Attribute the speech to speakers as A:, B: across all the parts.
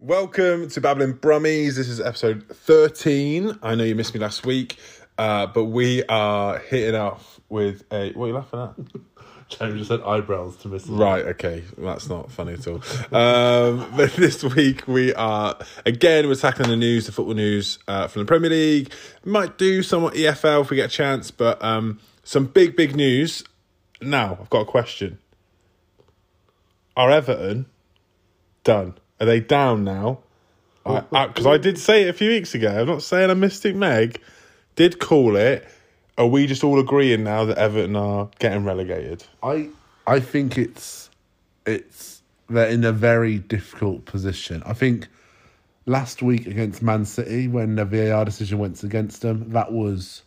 A: Welcome to Babbling Brummies. This is episode 13. I know you missed me last week, uh, but we are hitting off with a. What are you laughing at?
B: James just said eyebrows to Mrs.
A: Right, okay, that's not funny at all. Um, but this week we are again we're tackling the news, the football news uh, from the Premier League. Might do somewhat EFL if we get a chance, but um, some big big news. Now I've got a question: Are Everton done? Are they down now? Because I, 'cause I did say it a few weeks ago. I'm not saying I missed it. Meg did call it. Are we just all agreeing now that Everton are getting relegated?
B: I
C: I think it's it's they're in a very difficult position. I think last week against Man City when the VAR decision went against them, that was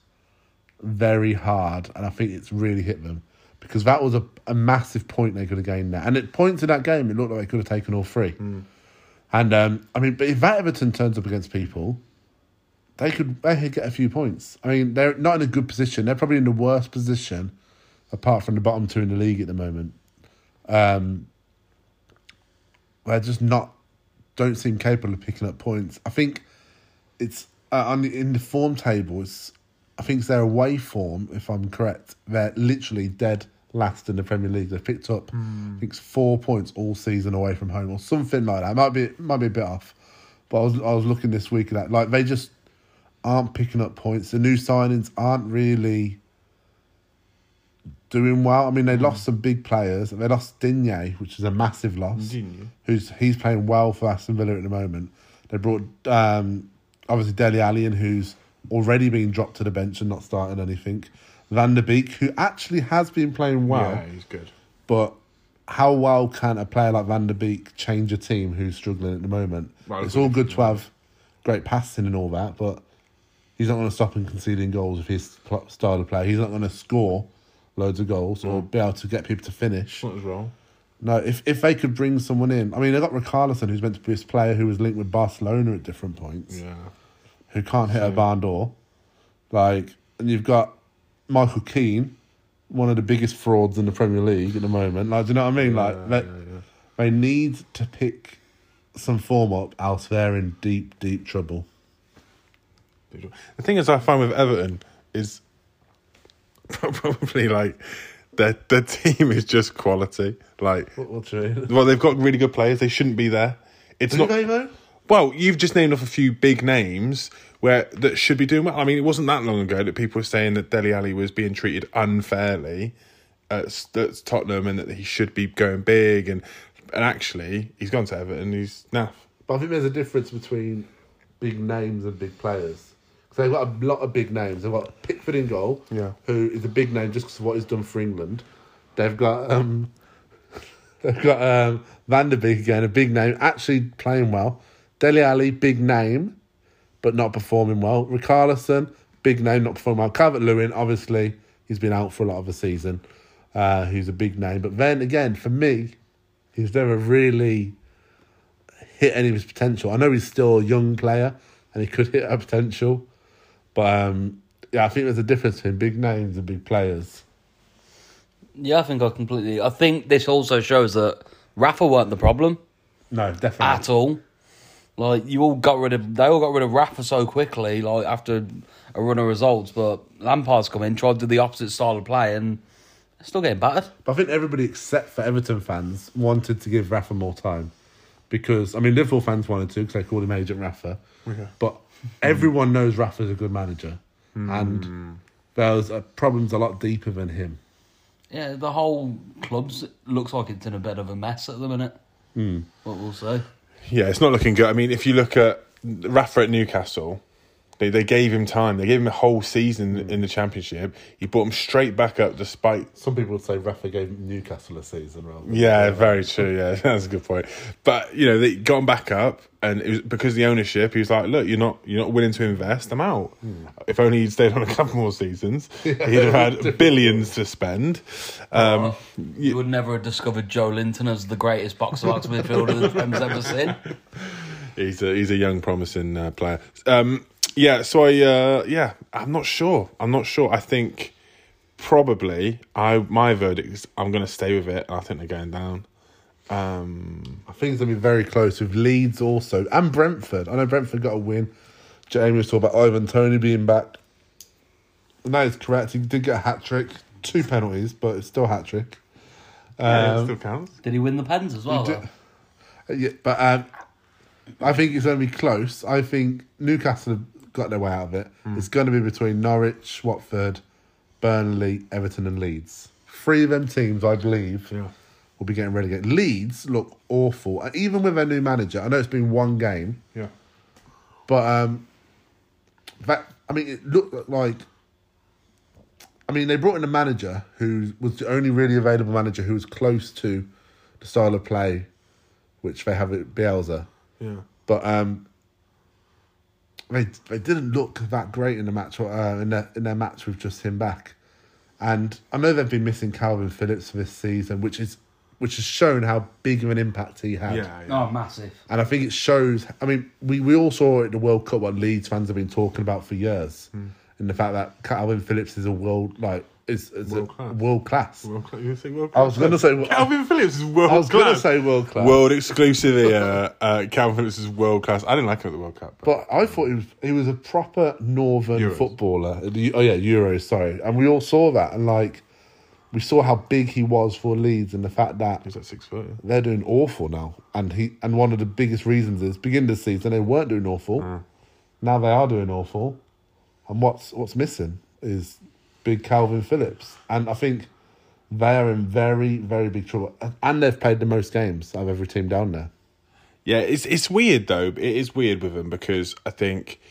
C: very hard, and I think it's really hit them because that was a, a massive point they could have gained there. And at points in that game, it looked like they could have taken all three. And um, I mean, but if that Everton turns up against people, they could they could get a few points. I mean, they're not in a good position. They're probably in the worst position, apart from the bottom two in the league at the moment. Um, they're just not don't seem capable of picking up points. I think it's uh, on the, in the form tables. I think it's their away form, if I'm correct. They're literally dead last in the Premier League. They've picked up, I think, it's four points all season away from home, or something like that. Might be might be a bit off, but I was I was looking this week at that. Like they just aren't picking up points. The new signings aren't really doing well. I mean, they lost some big players. They lost Digne, which is a massive loss.
B: Digne.
C: who's he's playing well for Aston Villa at the moment. They brought um, obviously Deli Ali in, who's already been dropped to the bench and not starting anything. Van der Beek, who actually has been playing well,
B: yeah, he's good.
C: but how well can a player like Van der Beek change a team who's struggling at the moment?
B: Well,
C: it's all good to have great passing and all that, but he's not going to stop him conceding goals with his pl- style of play. He's not going to score loads of goals or
B: Mm.
C: be able to get people to finish.
B: Not as wrong.
C: No, if if they could bring someone in, I mean, they got Ricarlison, who's meant to be this player who was linked with Barcelona at different points,
B: Yeah,
C: who can't hit a barn door, like, and you've got Michael Keane, one of the biggest frauds in the Premier League at the moment. Like, do you know what I mean? Like, they, they need to pick some form up, else they're in deep, deep trouble.
A: The thing is, I find with Everton is probably like their their team is just quality. Like,
C: What's true?
A: well, they've got really good players. They shouldn't be there. It's
C: Do
A: not.
C: they though?
A: Well, you've just named off a few big names where that should be doing well. I mean, it wasn't that long ago that people were saying that Deli Ali was being treated unfairly at, S- at Tottenham and that he should be going big. And and actually, he's gone to Everton. He's naff.
C: But I think there's a difference between big names and big players. Because they've got a lot of big names. They've got Pickford in goal,
A: Yeah.
C: who is a big name just because of what he's done for England. They've got um, they've got um, Van der Beek again, a big name, actually playing well. Deli Ali, big name, but not performing well. Ricarlison, big name, not performing well. Calvert Lewin, obviously, he's been out for a lot of the season. Uh, he's a big name. But then again, for me, he's never really hit any of his potential. I know he's still a young player and he could hit a potential, but um, yeah, I think there's a difference between big names and big players.
D: Yeah, I think I completely. I think this also shows that Rafa weren't the problem
C: No,
D: at
C: definitely.
D: all. Like you all got rid of, they all got rid of Rafa so quickly. Like after a run of results, but Lampard's come in, tried to do the opposite style of play, and they're still getting battered.
C: But I think everybody except for Everton fans wanted to give Rafa more time because I mean Liverpool fans wanted to because they called him Agent Rafa, but everyone knows Rafa's a good manager,
D: Hmm.
C: and there's uh, problems a lot deeper than him.
D: Yeah, the whole club's looks like it's in a bit of a mess at the minute. But we'll see.
A: Yeah, it's not looking good. I mean, if you look at Rafa at Newcastle, they, they gave him time. They gave him a whole season in the Championship. He brought him straight back up despite.
C: Some people would say Rafa gave Newcastle a season rather. than-
A: Yeah, very true. Yeah, that's a good point. But you know, they got him back up, and it was because of the ownership. He was like, "Look, you're not you're not willing to invest. I'm out. If only he'd stayed on a couple more seasons, he'd have had billions to spend." Um,
D: You would never have discovered Joe Linton as the greatest box box midfielder the Prem's ever seen.
A: He's a he's a young promising uh, player. Um, yeah, so I uh, yeah, I'm not sure. I'm not sure. I think probably I my verdict is I'm going to stay with it. and I think they're going down.
C: I think it's going to be very close with Leeds also and Brentford. I know Brentford got a win. Jamie was talking about Ivan Tony being back. And that is correct. He did get a hat trick, two penalties, but it's still a hat trick.
A: Yeah,
C: Um,
A: it still counts.
D: Did he win the pens as well?
C: did-
D: though?
C: Uh, Yeah, but um, I think it's going to be close. I think Newcastle have got their way out of it. It's going to be between Norwich, Watford, Burnley, Everton, and Leeds. Three of them teams, I believe, will be getting relegated. Leeds look awful, and even with their new manager, I know it's been one game,
A: Yeah.
C: but um, that I mean, it looked like. I mean, they brought in a manager who was the only really available manager who was close to the style of play, which they have at Bielsa.
A: Yeah.
C: But um, they they didn't look that great in the match uh, in their in their match with just him back, and I know they've been missing Calvin Phillips for this season, which is which has shown how big of an impact he had.
A: Yeah. yeah.
D: Oh, massive.
C: And I think it shows. I mean, we, we all saw at the World Cup what Leeds fans have been talking about for years,
A: Hmm.
C: and the fact that Calvin Phillips is a world like is, is
A: World
C: a,
A: class.
C: world class.
A: World cla- you think world
C: I was
A: class?
C: gonna say-
A: Calvin Phillips is world
C: I was
A: class.
C: gonna say world class,
A: World exclusive here. Uh, Calvin Phillips is world class. I didn't like him at the World Cup.
C: but I thought he was he was a proper northern
A: Euros.
C: footballer. The- Oh yeah, Euros. Sorry, and we all saw that, and like we saw how big he was for Leeds, and the fact that
A: He's at six foot. yeah.
C: they're doing awful now. And he and one of the biggest reasons is beginning of the season they weren't doing awful. Now they are doing awful. And what's what's missing is big Calvin Phillips. And I think they are in very, very big trouble. And- And they've played the most games out of every team down there.
A: Yeah, it's it's weird though. It is weird with them because I think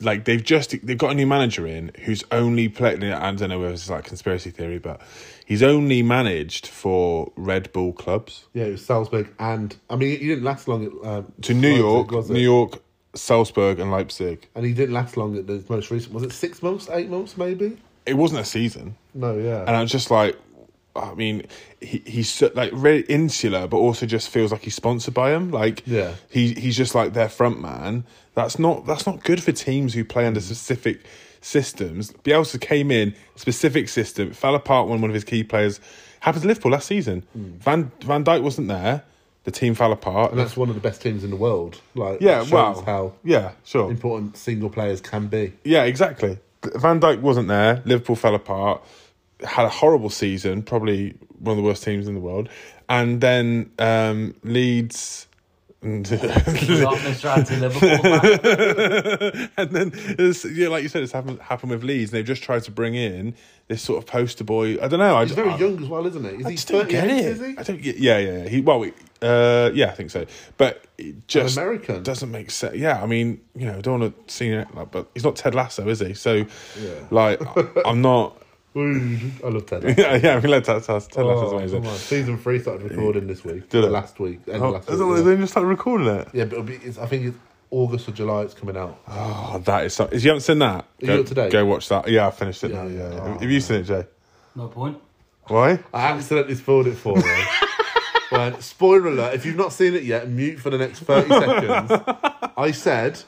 A: like they've just they've got a new manager in who's only played. I don't know whether it's like conspiracy theory, but he's only managed for Red Bull clubs.
C: Yeah, it was Salzburg and I mean he didn't last long at um,
A: to New
C: Leipzig,
A: York,
C: was it?
A: New York, Salzburg, and Leipzig.
C: And he didn't last long at the most recent was it six months, eight months maybe?
A: It wasn't a season,
C: No, yeah.
A: and I was just like, I mean, he he's so, like very insular, but also just feels like he's sponsored by him. Like,
C: Yeah.
A: he he's just like their front man. That's not that's not good for teams who play
C: Mm.
A: under specific systems. Bielsa came in specific system, fell apart when one of his key players happened to Liverpool last season. Van Van Dyke wasn't there. The team fell apart.
C: Mm. and that's one of the best teams in the world. Like
A: yeah,
C: that shows
A: wow.
C: how
A: yeah, sure.
C: important single players can be.
A: Yeah, exactly. Van Dijk wasn't there. Liverpool fell apart. Had a horrible season, probably one of the worst teams in the world. And then um, Leeds. And,
D: Not Mr. Anti-Liverpool.
A: and then, it's, yeah, like you said, it's happened happened with Leeds. They've just tried to bring in this sort of poster boy. I don't know. I,
C: He's very
A: I,
C: young as well, isn't he? Is
A: I
C: he
A: just don't get
C: 38,
A: it.
C: Is he?
A: I don't. get- Yeah, yeah. yeah. He well, uh, yeah, I think so. But it just
C: American.
A: doesn't make sense. Yeah, I mean, you know, I don't want to see it, like, but he's not Ted Lasso, is he? So, like, I- I'm not.
C: Ooh, I love Ted.
A: yeah, yeah, I mean, like, that's, that's, Ted Lasso's
C: Oh,
A: amazing.
C: come on. Season three started recording this week.
A: Did it?
C: Last week. End
A: Oh,
C: of last
A: is
C: week
A: that what-
C: yeah.
A: they just started recording it.
C: Yeah, but it'll be, it's, I think it's August or July it's coming out.
A: Oh, that is something. If you haven't seen that,
C: you
A: go,
C: up to date?
A: go watch that. Yeah, I finished it
C: Yeah,
A: now. Yeah,
C: yeah.
A: yeah.
C: Oh,
A: Have you seen it, Jay?
D: no point.
A: Why?
C: I accidentally spoiled it for me. Right, spoiler alert, if you've not seen it yet, mute for the next 30 seconds. I said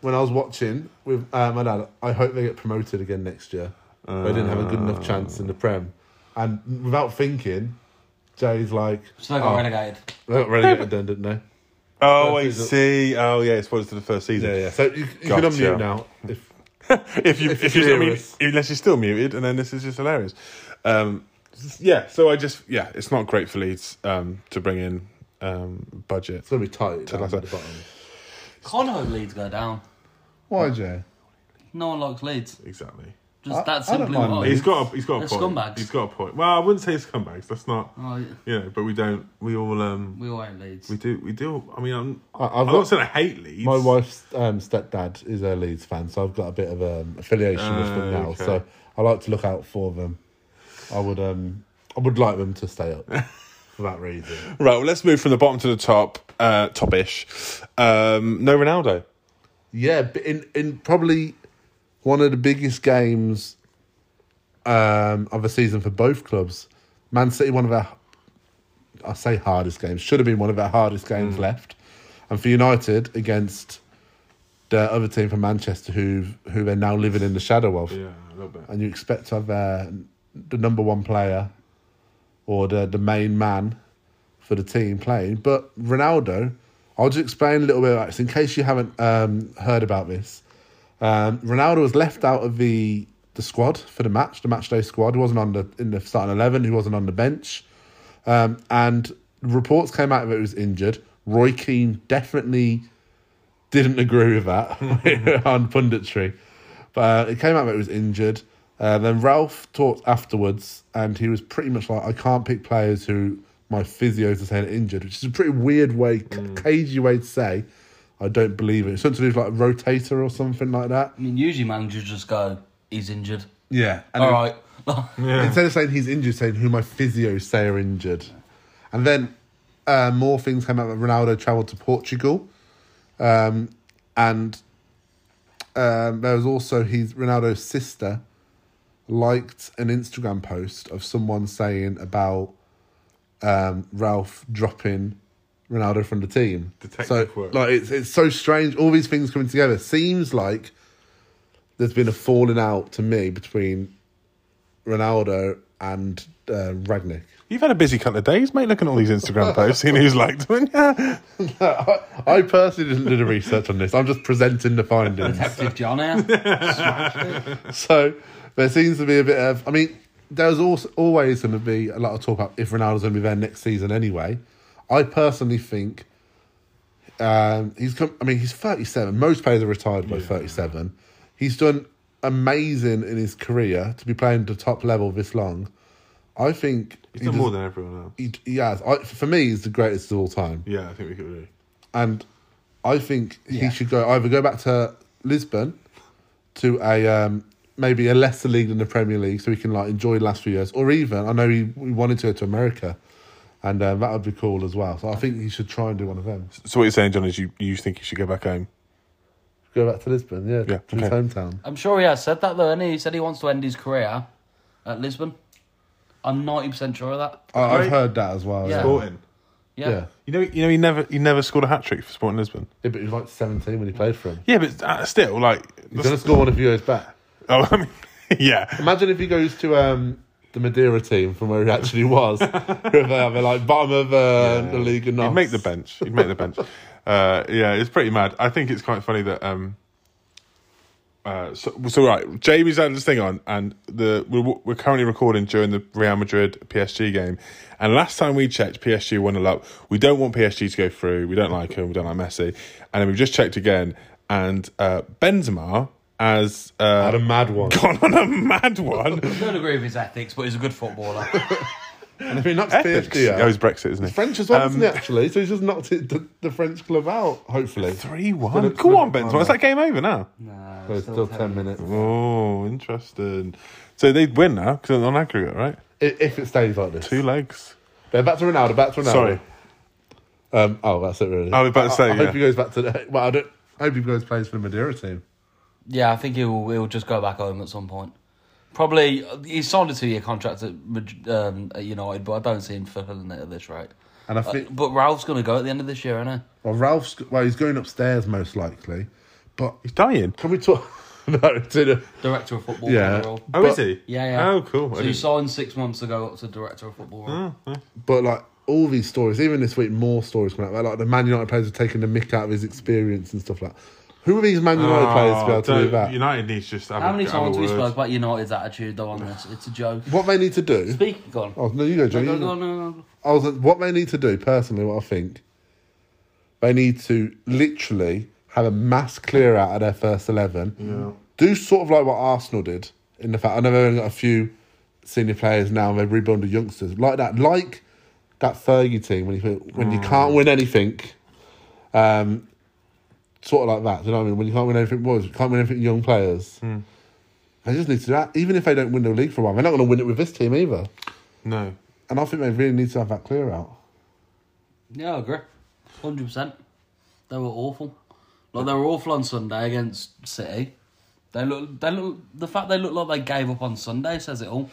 C: when I was watching with uh, my dad, I hope they get promoted again next year. they didn't have a good enough chance in the Prem. And without thinking, Jay's like,
D: So they got
C: "Oh,
D: relegated.
C: they got relegated then, didn't they?
A: Oh, I
C: season.
A: see. Oh, yeah, it's spoilers to the first season.
C: Yeah, yeah. So you, you can
A: Gotcha.
C: unmute now. If,
A: if you if,
C: If
A: you,
C: you
A: I
C: hear
A: mean,
C: us.
A: unless you're still muted, and then this is just hilarious. Um, yeah, so I just yeah, it's not great for Leeds um, to bring in um, budget.
C: it's going to be tight. down
A: like
C: at
A: that.
C: the bottom.
D: Can't hope Leeds go down.
C: Why, Jay?
D: No one likes Leeds.
A: Exactly.
D: Just
C: I-
D: that
C: I don't
D: simply
C: mind
D: what it
A: He's
D: is.
A: got a, he's got a
D: They're
A: point.
D: scumbags.
A: He's got a point. Well, I wouldn't say scumbags. That's not
D: Oh,
A: you know, but we don't. We all um
D: we all hate Leeds.
A: we do we do. I mean, I'm
C: I- I've
A: I'm
C: got-
A: not saying I hate Leeds.
C: My wife's um, stepdad is a Leeds fan, so I've got a bit of um, affiliation with
A: Ah,
C: them now.
A: okay.
C: So I like to look out for them. I would, um, I would like them to stay up for that reason.
A: Right. Well, let's move from the bottom to the top. Uh, topish. Um, no Ronaldo.
C: Yeah, but in in probably one of the biggest games um, of the season for both clubs, Man City, one of our, I say hardest games, should have been one of our hardest games
A: Hmm.
C: left, and for United against the other team from Manchester, who who they're now living in the shadow of.
A: Yeah, a little bit.
C: and you expect to have uh, the number one player or the, the main man for the team playing. But Ronaldo, I'll just explain a little bit about this in case you haven't um, heard about this. Um, Ronaldo was left out of the the squad for the match, the match day squad. He wasn't on the in the starting eleven. He wasn't on the bench, um, and reports came out that he was injured. Roy Keane definitely didn't agree with that on punditry, but uh, it came out that he was injured. Uh, then Ralph talked afterwards, and he was pretty much like, "I can't pick players who my physios are saying are injured," which is a pretty weird way, c- cagey way to say. I don't believe it. It's something to do with like rotator or something like that.
D: I mean, usually managers just go, he's injured.
C: Yeah. And
D: All
C: it-
D: right.
C: Instead of saying he's injured, saying who my physios say are injured. And then uh, more things came out that Ronaldo travelled to Portugal. Um, and um, there was also his Ronaldo's sister liked an Instagram post of someone saying about um, Ralph dropping Ronaldo from the team.
A: Detective
C: so,
A: work.
C: Like it's it's so strange. All these things coming together seems like there's been a falling out to me between Ronaldo and uh, Ragnick.
A: You've had a busy couple of days, mate, looking at all these Instagram posts, seeing who's liked them. Yeah.
C: I, I personally didn't do the research on this. I'm just presenting the findings.
D: Detective John here.
C: So there seems to be a bit of. I mean, there's also always going to be a lot of talk about if Ronaldo's going to be there next season anyway. I personally think um, he's come. I mean, he's 37. Most players are retired by 37. He's done amazing in his career to be playing the top level this long. I think
A: He's
C: he
A: done
C: does-
A: more than everyone else.
C: he, he has. I, for me, he's the greatest of all time
A: Yeah, I think we could agree.
C: and I think
D: Yeah.
C: he should go either go back to Lisbon to a um, maybe a lesser league than the Premier League, so he can like enjoy the last few years, or even I know he, he wanted to go to America, and um, that would be cool as well. So I think he should try and do one of them.
A: So what you're saying, John, is you, you think you should go back home?
C: Go back to Lisbon, yeah,
A: Yeah,
C: to his
A: okay.
C: hometown.
D: I'm sure he has said that, though, and he? he said he wants to end his career at Lisbon. I'm 90% sure of that.
C: I, I've
A: Right.
C: heard that as well.
D: Yeah.
C: Yeah,
A: Sporting.
D: Yeah.
C: yeah. yeah.
A: You know, you know, he never, he never scored a hat trick for Sporting Lisbon.
C: but he was like seventeen when he played for him.
A: Yeah, but uh, still, like,
C: He's gonna score one if he goes back.
A: oh, I mean, yeah,
C: Imagine if he goes to um, the Madeira team from where he actually was, where they are, they're like bottom of uh, the league and
A: he'd
C: not
A: make the bench. He'd make the bench. Uh, yeah, it's pretty mad. I think it's quite funny that. Um, uh, so, so right, Jamie's had this thing on, and the we're, we're currently recording during the Real Madrid PSG game. And last time we checked, PSG won a lot. We don't want PSG to go through. We don't like him. We don't like Messi. And then we've just checked again, and uh, Benzema has
C: had
A: uh,
C: a mad one.
A: gone on a mad one.
D: I don't agree with his ethics, but he's a good footballer.
C: And if he um, knocks
A: Ethics.
C: PSG
A: Yeah,
C: out,
A: it's Brexit, isn't it?
C: French as well, isn't he, actually? So he's just knocked it, the, the French club out, hopefully.
A: Three
C: Gonna-
A: one. Go on,
C: gonna-
A: Benzema. Is that game over now?
D: nah,
C: So it's still 10 minutes.
A: Oh, interesting. So they win now because on aggregate, right?
C: If, if it stays like this.
A: Two legs.
C: But back to Ronaldo, back to Ronaldo.
A: Sorry.
C: Um, oh, that's it, really.
A: I was about to say,
C: I,
A: yeah.
C: hope he goes back to the. Well, I, don't, I hope he goes plays for the Madeira team.
D: Yeah, I think he'll he'll just go back home at some point. Probably he signed a two year contract at, Mad- um, at United, but I don't see him fulfilling it at this rate.
C: And I
D: Uh,
C: think.
D: but Ralph's going to go at the end of this year, isn't
C: Well, Ralph's. Well, he's going upstairs, most likely. But
A: He's dying.
C: can we talk. no, to the,
D: he? Director of football.
C: Yeah.
D: role.
A: Oh,
C: But-
A: is he?
D: Yeah, yeah.
A: Oh, cool. I
D: So he
A: didn't-
D: signed six months ago up to director of football. Role.
C: But like all these stories, even this week, more stories come out. about, Like the Man United players are taking the mick out of his experience and stuff like. Who are these Man United players to be able to
A: Oh, don't-
C: do that?
A: United needs to just. Have
D: How
A: a-
D: many
A: have a
D: times have we
A: word.
D: spoke about United's attitude though on this? It's a joke.
C: What they need to do.
D: Speak, go on.
C: Oh no, you go,
D: No,
C: Johnny.
D: go,
C: you
D: go,
C: go.
D: no, no, no.
C: I was. What they need to do personally, what I think, they need to literally have a mass clear out of their first eleven. Yeah. Do sort of like what Arsenal did in the fact I know they've only got a few senior players now and they've rebuilt the youngsters like that, like that Fergie team when you when you can't win anything. Um, sort of like that. Do you know what I mean? When you can't win anything, boys, you can't win anything, young players. They just need to do that. Even if they don't win the league for a while, they're not going to win it with this team either.
A: No.
C: And I think they really need to have that clear out.
D: Yeah, I agree. Hundred percent. They were awful. Like they were awful on Sunday against City. They look. They look. The fact they look like they gave up on Sunday says it all.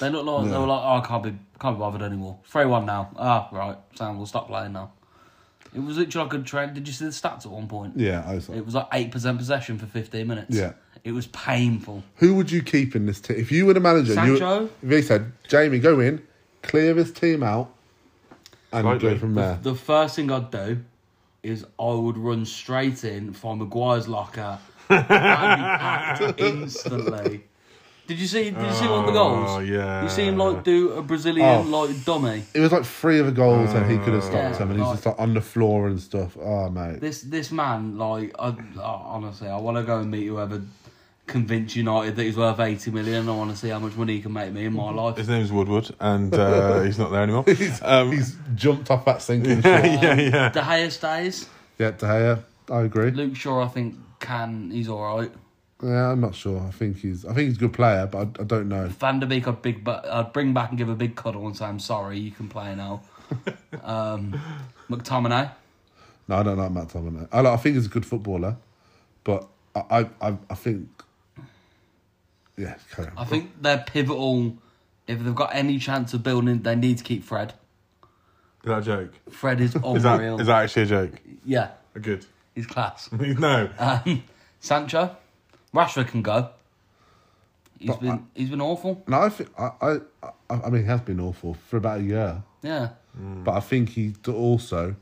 D: They look like they were like, oh, I can't be, can't be bothered anymore. Three one now. Ah, right. Sam, we'll stop playing now. It was literally like a trend. Did you see the stats at one point?
C: Yeah, I was like,
D: It was like eight percent possession for fifteen minutes.
C: Yeah.
D: It was painful.
C: who would you keep in this team? If you were the manager, you,
D: Sancho?
C: if they said, Jamie, go in, clear this team out, and go
B: Slightly.
C: from there.
D: The first thing I'd do is I would run straight in, find Maguire's locker, and be packed instantly. Did you see? Did you see one of the goals?
A: Oh, yeah.
D: You see him like do a Brazilian
C: Oh.
D: like dummy.
C: It was like three other goals, and he could have stopped
D: Yeah,
C: them, and he's
D: like-
C: just like on the floor and stuff. Oh mate,
D: This this man like I, I- honestly, I want to go and meet whoever convinced United that he's worth eighty million. I want to see how much money he can make me in my life.
A: His name's Woodward, and uh, he's not there anymore. Um,
C: he's jumped off that sinking ship.
A: yeah, yeah.
D: The highest days,
C: Yeah, De Gea, I agree.
D: Luke Shaw, I think can he's all right.
C: Yeah, I'm not sure. I think he's. I think he's a good player, but I, I don't know.
D: Van der Beek, I'd, big, bu- I'd bring back and give a big cuddle and say, I'm sorry, you can play now. um, McTominay,
C: No, I don't like Matt Tomlin. I, like, I think he's a good footballer, but I, I, I, I think. Yeah, carry on.
D: I think they're pivotal. If they've got any chance of building, they need to keep Fred.
A: Is that a joke?
D: Fred is
A: Is that,
D: unreal.
A: is that actually a joke?
D: Yeah,
A: Good.
D: he's class.
A: no.
D: Um, Sancho, Rashford can go. He's
C: But
D: been
C: I-
D: he's been awful.
C: No, I think I, I, I, I mean, he has been awful for about a year,
D: Yeah,
C: but I think he d- also,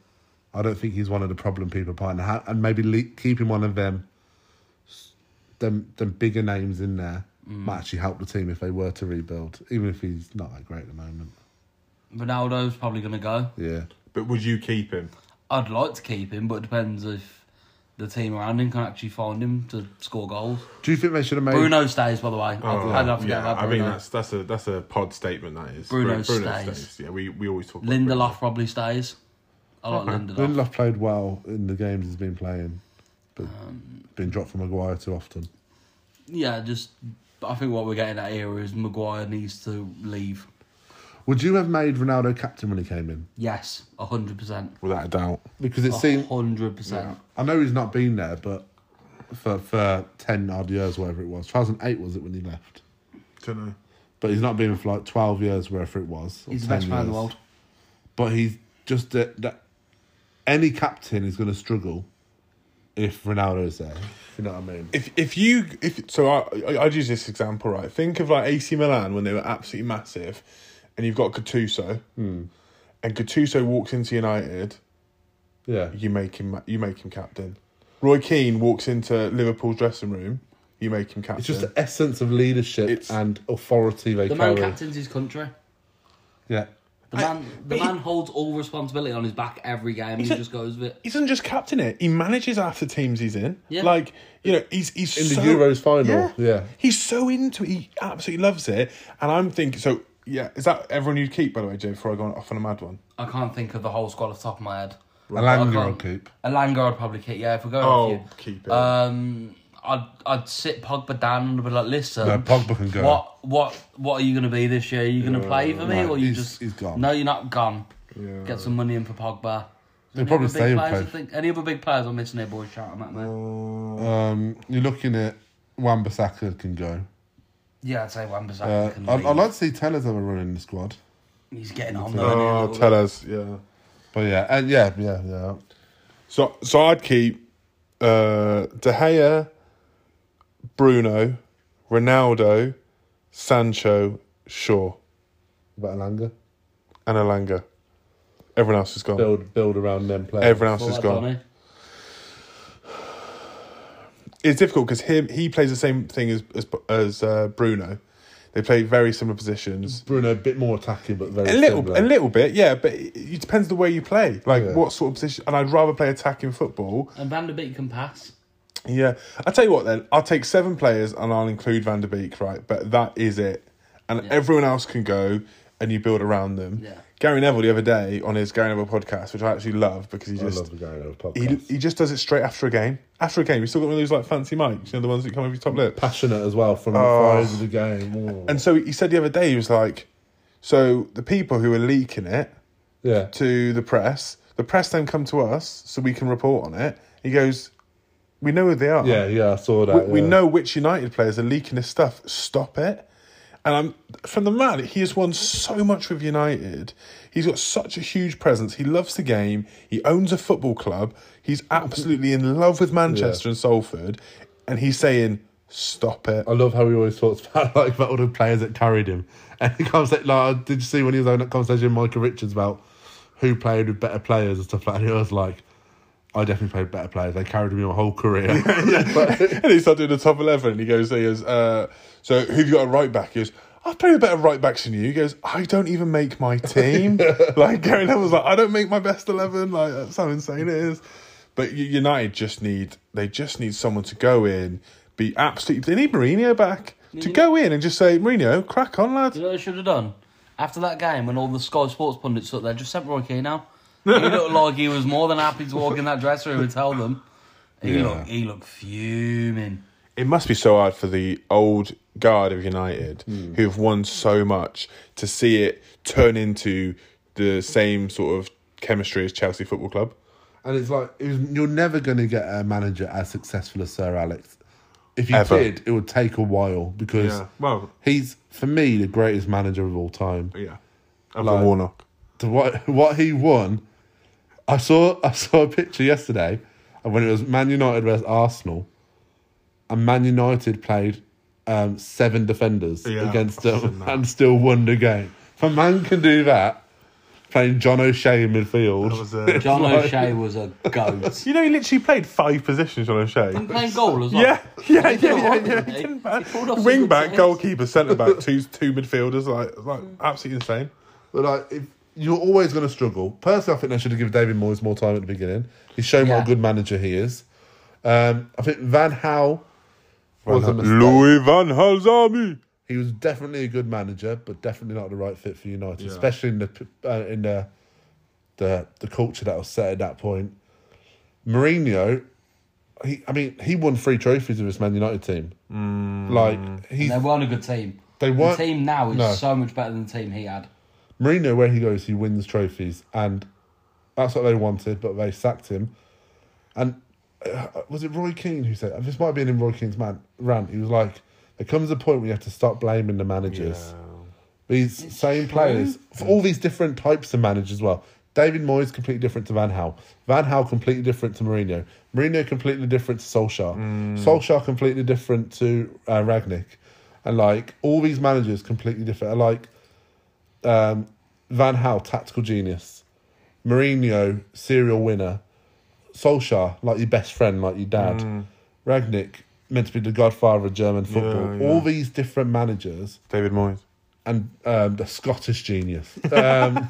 C: I don't think he's one of the problem people behind, the ha- and maybe le- keeping one of them, s- them, them bigger names in there might actually help the team if they were to rebuild, even if he's not that great at the moment.
D: Ronaldo's probably gonna go.
C: Yeah,
A: But would you keep him?
D: I'd like to keep him, but it depends if the team around him can actually find him to score goals.
C: do you think they should have made?
D: Bruno stays, by the way. I, I'd have to
A: Oh, yeah,
D: get that.
A: I
D: Bruno.
A: mean that's that's a that's a pod statement that is.
D: Bruno
A: Bru-
D: stays.
A: Yeah, we, we always talk about Bruno.
D: Lindelof probably stays. I like Lindelof.
C: Lindelof played well in the games he's been playing, but been dropped for Maguire too often.
D: Yeah, just I think what we're getting at here is Maguire needs to leave.
C: Would you have made Ronaldo captain when he came in?
D: Yes, hundred percent.
A: Without a doubt.
C: Because it
D: Oh,
C: seemed
D: hundred percent.
C: I know he's not been there, but for for ten odd years, whatever it was, two thousand eight was it when he left?
A: Don't know.
C: But he's not been for like twelve years, wherever it was. or
D: He's the best
C: 10
D: player in the
C: years.
D: world.
C: But he's just that, that any captain is going to struggle if Ronaldo's there. If you know what I mean?
A: If if you if so, I I- I'd use this example right. Think of like AC Milan when they were absolutely massive, and you've got Gattuso,
C: Hmm.
A: and Gattuso walks into United,
C: Yeah,
A: you make him you make him captain. Roy Keane walks into Liverpool's dressing room, you make him captain.
C: it's just the essence of leadership
A: It's-
C: and authority they
D: The man
C: carry.
D: captains his country.
C: Yeah.
D: The man, the man holds all responsibility on his back every game. He
A: He's a-
D: just goes with it.
A: he doesn't just captain it; he manages half the teams he's in.
D: Yeah.
A: Like you know, he's he's
C: In the
A: so-
C: Euros final, yeah.
A: he's so into it. He absolutely loves it, and I'm thinking so. Yeah, is that everyone you keep by the way, Joe? Before I go on, off on a mad one.
D: I can't think of the whole squad off the top of my head.
C: Alanga
D: I can't-
C: will keep.
D: Alanga, I'd probably keep. Yeah, if we're going.
A: Oh,
D: off you.
A: keep it.
D: Um, I'd I'd sit Pogba down and be like, listen,
C: No, Pogba can go.
D: What what what are you going to be this year? Are you going to play for me,
C: no,
D: or you
C: he's-
D: just
C: he's gone.
D: No, you're not gone.
A: Yeah.
D: Get some money in for Pogba.
C: They'll
D: Any
C: probably
D: other big
C: stay in
D: players, I
C: place.
D: think, any other big players I'm missing here, boys? Shout them at me.
C: Um, you're looking at Wan-Bissaka can go.
D: Yeah, I'd say
C: Uh,
D: Wan-Bissaka.
C: I'd,
D: can
C: I'd
D: leave.
C: like to see Tellers have a run in the squad.
D: Oh, He's getting on
A: Oh,
D: though. isn't he, a little
A: tell us, yeah.
C: But yeah, and yeah, yeah, yeah.
A: So, so I'd keep uh, De Gea, Bruno, Ronaldo, Sancho, Shaw,
C: About Alanga,
A: and Alanga. Everyone else is gone.
C: build build around them players.
A: Everyone else
D: bit?
A: is
D: Like
A: gone.
D: Donny.
A: It's difficult because him he plays the same thing as as, as uh, Bruno. They play very similar positions.
C: Bruno a bit more attacking, but very
A: A little,
C: Mm. similar.
A: a little bit, yeah, but it, it depends the way you play, like
C: Yeah.
A: what sort of position. And I'd rather play attacking football.
D: And Van der Beek can pass.
A: Yeah, I tell you what, then I'll take seven players and I'll include Van der Beek, right? But that is it, and everyone else can go, and you build around them.
D: Yeah.
A: Gary Neville the other day on his Gary Neville podcast, which I actually love because he
C: I
A: just
C: love the guy over
A: he,
C: podcast.
A: he just does it straight after a game. After a game, you still got one of those like fancy mics, you know, the ones that come over your top lip.
C: Passionate as well from
A: Oh.
C: the fires of the game. Ooh.
A: And so he said the other day, he was like, so the people who are leaking it
C: Oh. yeah,
A: to the press, the press then come to us so we can report on it. He goes, we know who they are.
C: yeah, yeah. I saw
A: We,
C: that.
A: we
C: yeah.
A: know which United players are leaking this stuff. Stop it. And I'm from the man, he has won so much with United. He's got such a huge presence. He loves the game. He owns a football club. He's absolutely in love with Manchester and Salford. And he's saying, stop it.
C: I love how he always talks about like about all the players that carried him. And he comes like, like, did you see when he was having that conversation with Michael Richards about who played with better players and stuff like that. And I was like, I definitely played better players. They carried me my whole career. But-
A: and he started doing the top 11 and he goes, he goes uh, so who've you got a right back? He goes, I've played with better right backs than you. He goes, I don't even make my team. like Gary Neville's like, I don't make my best 11. Like, that's how insane it is. But U- United just need, they just need someone to go in, be absolutely, they need Mourinho back. To go in and just say, Mourinho, crack on, lad.
D: You know what they should have done? After that game, when all the Sky Sports pundits up there, just sent Roy Keane out. He looked like he was more than happy to walk in that dressing room and tell them. He,
A: Yeah.
D: looked, he looked fuming.
A: It must be so hard for the old guard of United, who have won so much, to see it turn into the same sort of chemistry as Chelsea Football Club.
C: and it's like, it was, you're never going to get a manager as successful as Sir Alex. If you
A: Ever.
C: did, it would take a while because
A: Yeah. Well-
C: he's, for me, the greatest manager of all time.
A: Yeah, and
C: Like-
A: Warnock.
C: to what what he won. I saw I saw a picture yesterday of when it was Man United versus Arsenal, and Man United played um, seven defenders
A: Yeah,
C: against
A: I've seen
C: them
A: that.
C: and still won the game. If a man can do that, playing John O'Shea in midfield,
A: That was, uh,
D: John O'Shea was a goat.
A: You know, he literally played five positions on a show.
D: Been playing goal as well.
A: Yeah, yeah,
D: He did
A: yeah,
D: all
A: yeah,
D: right,
A: yeah.
D: didn't he?
A: He didn't
D: He pulled
A: bat.
D: off some
A: Wing
D: good
A: back,
D: saves.
A: goalkeeper, centre back, two two midfielders, like like
D: Hmm.
A: absolutely insane.
C: but like if. You're always going to struggle. Personally, I think they should have given David Moyes more time at the beginning. He's shown what
D: Yeah.
C: a good manager he is. Um, I think Van Hal was a mistake.
A: Louis Van Halsami.
C: he was definitely a good manager, but definitely not the right fit for United,
A: Yeah.
C: especially in the uh, in the, the the culture that was set at that point. Mourinho, he I mean he won three trophies with his Man United team. Like he,
D: They weren't a good team.
C: They
D: The
C: weren't-
D: team now is
C: no.
D: so much better than the team he had.
C: Mourinho, where he goes, he wins trophies, and that's what they wanted, but they sacked him. And uh, was it Roy Keane who said this might have been in Roy Keane's man rant? He was like, "There comes a point where you have to stop blaming the managers." These same players for all these different types of managers as well. David Moyes completely different to Van Hal. Van Hal completely different to Mourinho. Mourinho completely different to Solskjaer.
A: Mm.
C: Solskjaer completely different to uh, Ragnick. And like all these managers completely different. And, Like um, Van Hal, tactical genius. Mourinho, serial winner. Solskjaer, like your best friend, like your dad. Ragnick, meant to be the godfather of German football.
A: Mm. Yeah, yeah.
C: All these different managers
A: David Moyes.
C: and um, the Scottish genius. Um,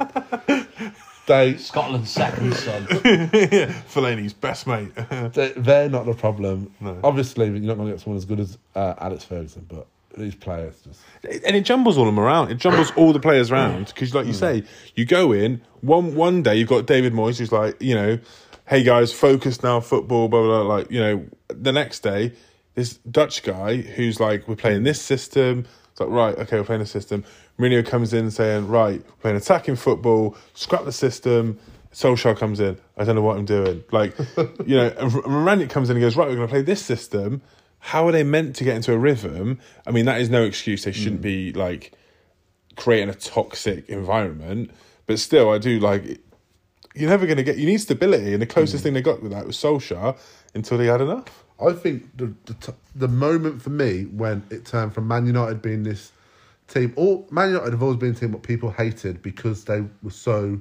C: they,
D: Scotland's second son.
A: Fellaini's best mate.
C: they they're not the problem.
A: No.
C: Obviously, you're not going to get someone as good as uh, Alex Ferguson, but these players just
A: and it jumbles all of them around. It jumbles all the players around because, like you say, you go in one one day you've got David Moyes who's like, you know, hey guys, focus now, football, blah blah. blah. Like you know, the next day this Dutch guy who's like, we're playing this system. It's like right, okay, we're playing the system. Mourinho comes in saying, right, we're playing attacking football. Scrap the system. Solskjaer comes in. I don't know what I'm doing. Like, you know, and R- Ranić comes in and goes, right, we're going to play this system how are they meant to get into a rhythm? I mean, that is no excuse. They shouldn't be like creating a toxic environment. But still, I do like. You're never going to get. You need stability, and the closest thing they got with that was Solskjaer until they had enough.
C: I think the the, t- the moment for me when it turned from Man United being this team, or Man United have always been a team that people hated because they were so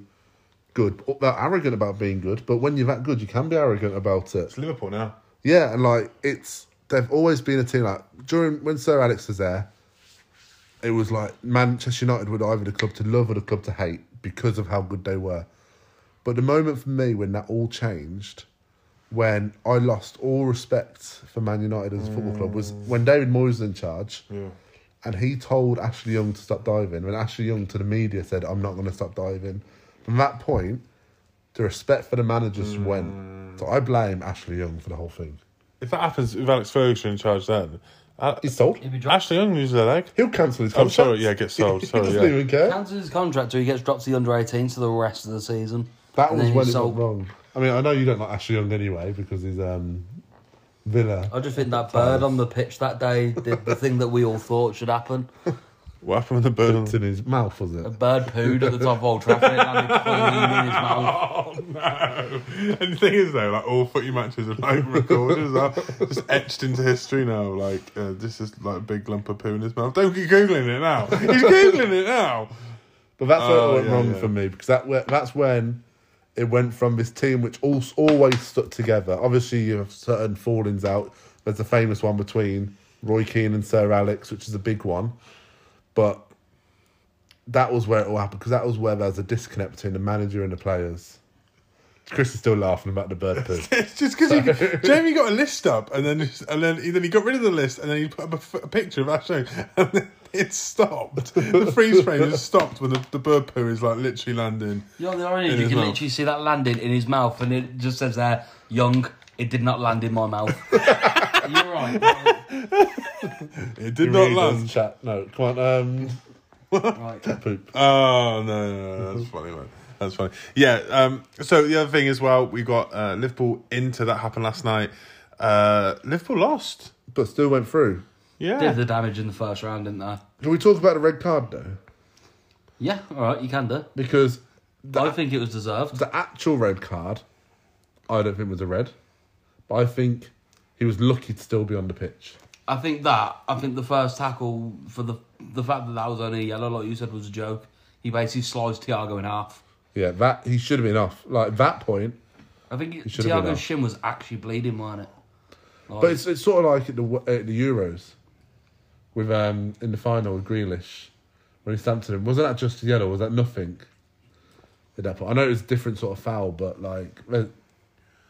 C: good. Or They're arrogant about being good, but when you're that good, you can be arrogant about it.
A: It's Liverpool now.
C: Yeah, and like it's they've always been a team like during when Sir Alex was there, it was like Manchester United were either the club to love or the club to hate because of how good they were. But the moment for me when that all changed, when I lost all respect for Man United as a football club, was when David Moyes was in charge. And he told Ashley Young to stop diving. When Ashley Young to the media said, I'm not going to stop diving. From that point, the respect for the managers went. So I blame Ashley Young for the whole thing.
A: If that happens with Alex Ferguson in charge, then uh,
C: He's sold.
D: He'd be dropped.
A: Ashley Young loses a leg.
C: He'll cancel his
A: I'm
C: contract.
A: sorry, yeah, get sold.
C: he
A: Sorry,
C: doesn't
A: yeah.
C: even care.
D: Cancels his contract so he gets dropped to the under 18s for the rest of the season.
C: That
D: And
C: was
D: then
C: when
D: he's
C: it went
D: sold.
C: wrong. I mean, I know you don't like Ashley Young anyway because he's um, Villa.
D: I just think that bird on the pitch that day did the thing that we all thought should happen.
A: What happened with the bird?
C: It's in his mouth, was
D: A
C: it?
D: bird pooed at the top of Old Trafford and it landed clean in his mouth.
A: Oh no! And the thing is, though, like all footy matches are like recorded, as well. just etched into history now. Like uh, this is like a big lump of poo in his mouth. Don't be googling it now. He's googling it now.
C: But that's where
A: Oh,
C: it went
A: yeah,
C: wrong
A: yeah.
C: for me because that where, that's when it went from this team which al- always stuck together. Obviously, you have certain fallings out. There's a famous one between Roy Keane and Sir Alex, which is a big one. But that was where it all happened because that was where there's a disconnect between the manager and the players. Chris is still laughing about the bird poo.
A: It's just because Jamie got a list up, and then and then he, then he got rid of the list, and then he put up a, f- a picture of Ashley, and then it stopped. The freeze frame has stopped when the, the bird poo is like literally landing.
D: You know, the irony is
A: In
D: you
A: his
D: can
A: mouth.
D: literally see that landing in his mouth, and it just says there, young, it did not land in my mouth. You're right.
A: It did
C: He
A: not
C: really does
A: land.
C: Chat. No, come on. Um,
D: right.
C: poop.
A: Oh no, no, no,
C: Mm-hmm.
A: that's funny, man. That's funny. Yeah. Um. So the other thing as well, we got uh, Liverpool into that happened last night. Uh, Liverpool lost.
C: But still went through.
D: Did
A: Yeah.
D: the damage in the first round, didn't they?
C: Can we talk about the red card though?
D: Yeah, all right, you can do.
C: Because
D: I think it was deserved.
C: the actual red card, I don't think was a red, but I think he was lucky to still be on the pitch.
D: I think that. I think the first tackle for the the fact that that was only yellow, like you said, was a joke. He basically slides Thiago in half.
C: Yeah, that he should have been off. Like that point,
D: I think
C: should have been
D: Thiago's
C: off.
D: shin was actually bleeding, wasn't it? Like,
C: but it's it's sort of like at the wo- at the Euros, with um in the final with Grealish, when he stamped at him. Wasn't that just a yellow? Was that nothing? At that point, I know it was a different sort of foul, but like there-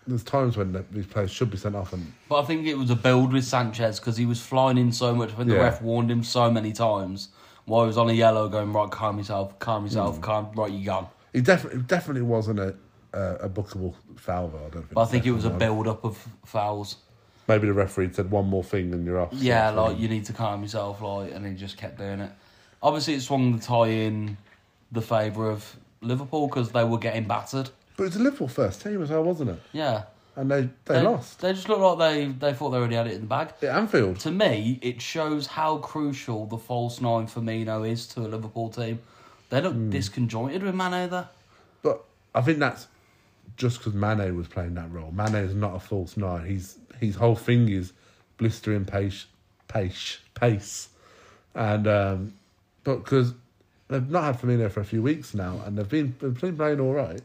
C: there's times when the- these players should be sent off, and
D: But I think it was a build with Sanchez because he was flying in so much. I think the
C: Yeah.
D: ref warned him so many times while he was on a yellow, going right, calm yourself, calm yourself,
C: Mm.
D: calm, right, you gone.
C: he definitely definitely wasn't a uh, a bookable foul though. I don't think.
D: But I think it was a
C: Definitely
D: build up of fouls.
C: Maybe the referee said one more thing and you're off.
D: Yeah,
C: sort of
D: like you need to calm yourself, like, and he just kept doing it. Obviously, it swung the tie in the favour of Liverpool because they were getting battered.
C: But it's a Liverpool first team as well, wasn't it?
D: Yeah,
C: And they, they, lost
D: They just looked like they they thought they already had it in the bag.
C: at Anfield.
D: To me, it shows how crucial the false nine Firmino is to a Liverpool team. They look
C: Hmm.
D: disconjointed with Mane there.
C: But I think that's just because Mane was playing that role. Mane is not a false nine. He's his whole thing is blistering pace, pace, pace, and um, but because they've not had Firmino for a few weeks now, and they've been they've been playing all right.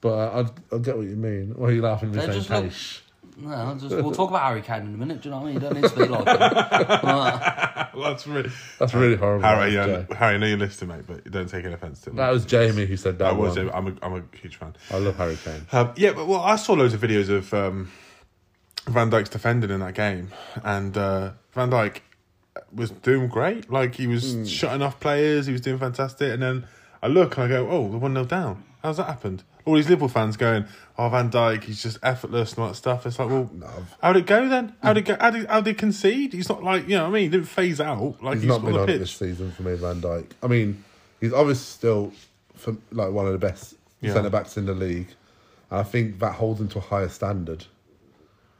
C: But uh, I I get what you mean. Why are you laughing? at me
D: They
C: saying
D: just look-
C: pace?
D: No, I'll just, we'll talk about Harry Kane in a minute. Do you know what I mean? You don't need to speak like that. But
A: That's really
C: That's really horrible.
A: Harry.
C: That was
A: Yeah,
C: Jay.
A: Harry, I know you're listening, mate, but don't take any offence to it.
C: that was Jamie who said that.
A: I was.
C: one.
A: I'm a, I'm a huge fan.
C: I love Harry Kane.
A: Um, yeah, but well, I saw loads of videos of um, Van Dyke's defending in that game, and uh, Van Dyke was doing great. Like he was
C: Hmm.
A: shutting off players, he was doing fantastic. And then I look and I go, "Oh, the one 0 down. How's that happened?" All these Liverpool fans going, "Oh, Van Dyke, he's just effortless and all that stuff." It's like, well, how'd it go then? How'd
C: Hmm.
A: it go? How'd he, how'd he concede? He's not like you know what I mean. He didn't phase out like
C: He's
A: he's
C: not
A: on
C: been
A: the
C: on it this
A: pitch.
C: season for me, Van Dyke. I mean, he's obviously still for, like one of the best
A: Yeah.
C: centre backs in the league, and I think that holds him to a higher standard.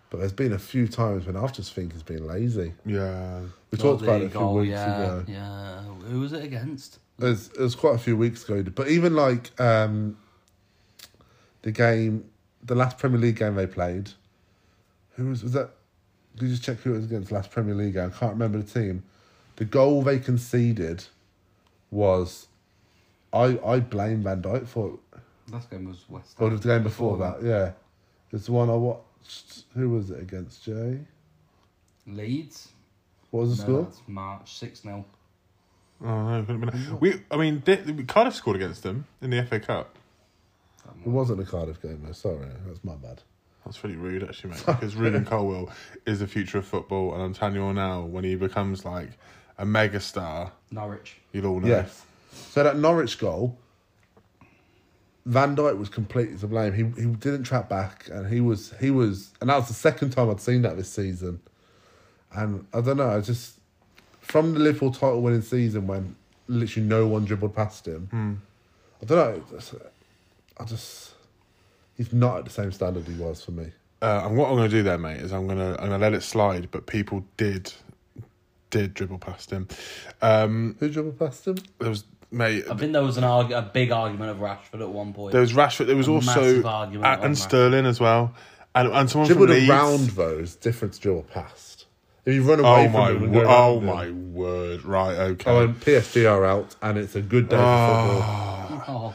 C: But there's been a few times when I just think he's been lazy.
A: Yeah,
C: We talked about
D: the
C: it a few
D: goal,
C: weeks
D: yeah,
C: ago.
D: Yeah, who was it against?
C: It was, it was quite a few weeks ago, but even like um, the game, the last Premier League game they played, who was was that? Did you just check who it was against? Last Premier League game, I can't remember the team. The goal they conceded was, I I blame Van Dijk for. it.
D: Last game was West
C: Or the game before that, yeah. It's the one I watched. Who was it against? Jay.
D: Leeds.
C: What was the score?
D: that's March six 0
A: oh no, couldn't have been- we. I mean, they, Cardiff scored against them in the FA Cup.
C: It wasn't the Cardiff game though. Sorry, that's my bad.
A: That's really rude, actually, mate. Because Ruben Colwell is the future of football, and I'm telling you all now, when he becomes like a megastar,
D: Norwich.
A: you'll all know.
C: Yes. So that Norwich goal, Van Dijk was completely to blame. He he didn't track back, and he was he was, and that was the second time I'd seen that this season. And I don't know, I just from the Liverpool title winning season when literally no one dribbled past him. I don't know. it's just- I just he's not at the same standard he was for me.
A: Uh, and what I'm going to do there, mate, is I'm going to I'm going to let it slide. But people did did dribble past him. Um,
C: Who dribbled past him?
A: there was mate.
D: I think there was an argu- a big argument of Rashford at one point.
A: There was Rashford. There was also
D: massive argument
A: and,
D: on
A: and
D: that.
A: Sterling as well, and and someone from
C: Dribbled
A: Leeds.
C: around though is different to dribble past. If you run
B: Away
C: away
A: Oh
C: from
A: my,
C: them and
A: wo-
C: go around
A: oh
C: them.
A: my word! Right, okay.
C: Oh, and PSG are out, and it's a good day
A: Ah.
D: Oh,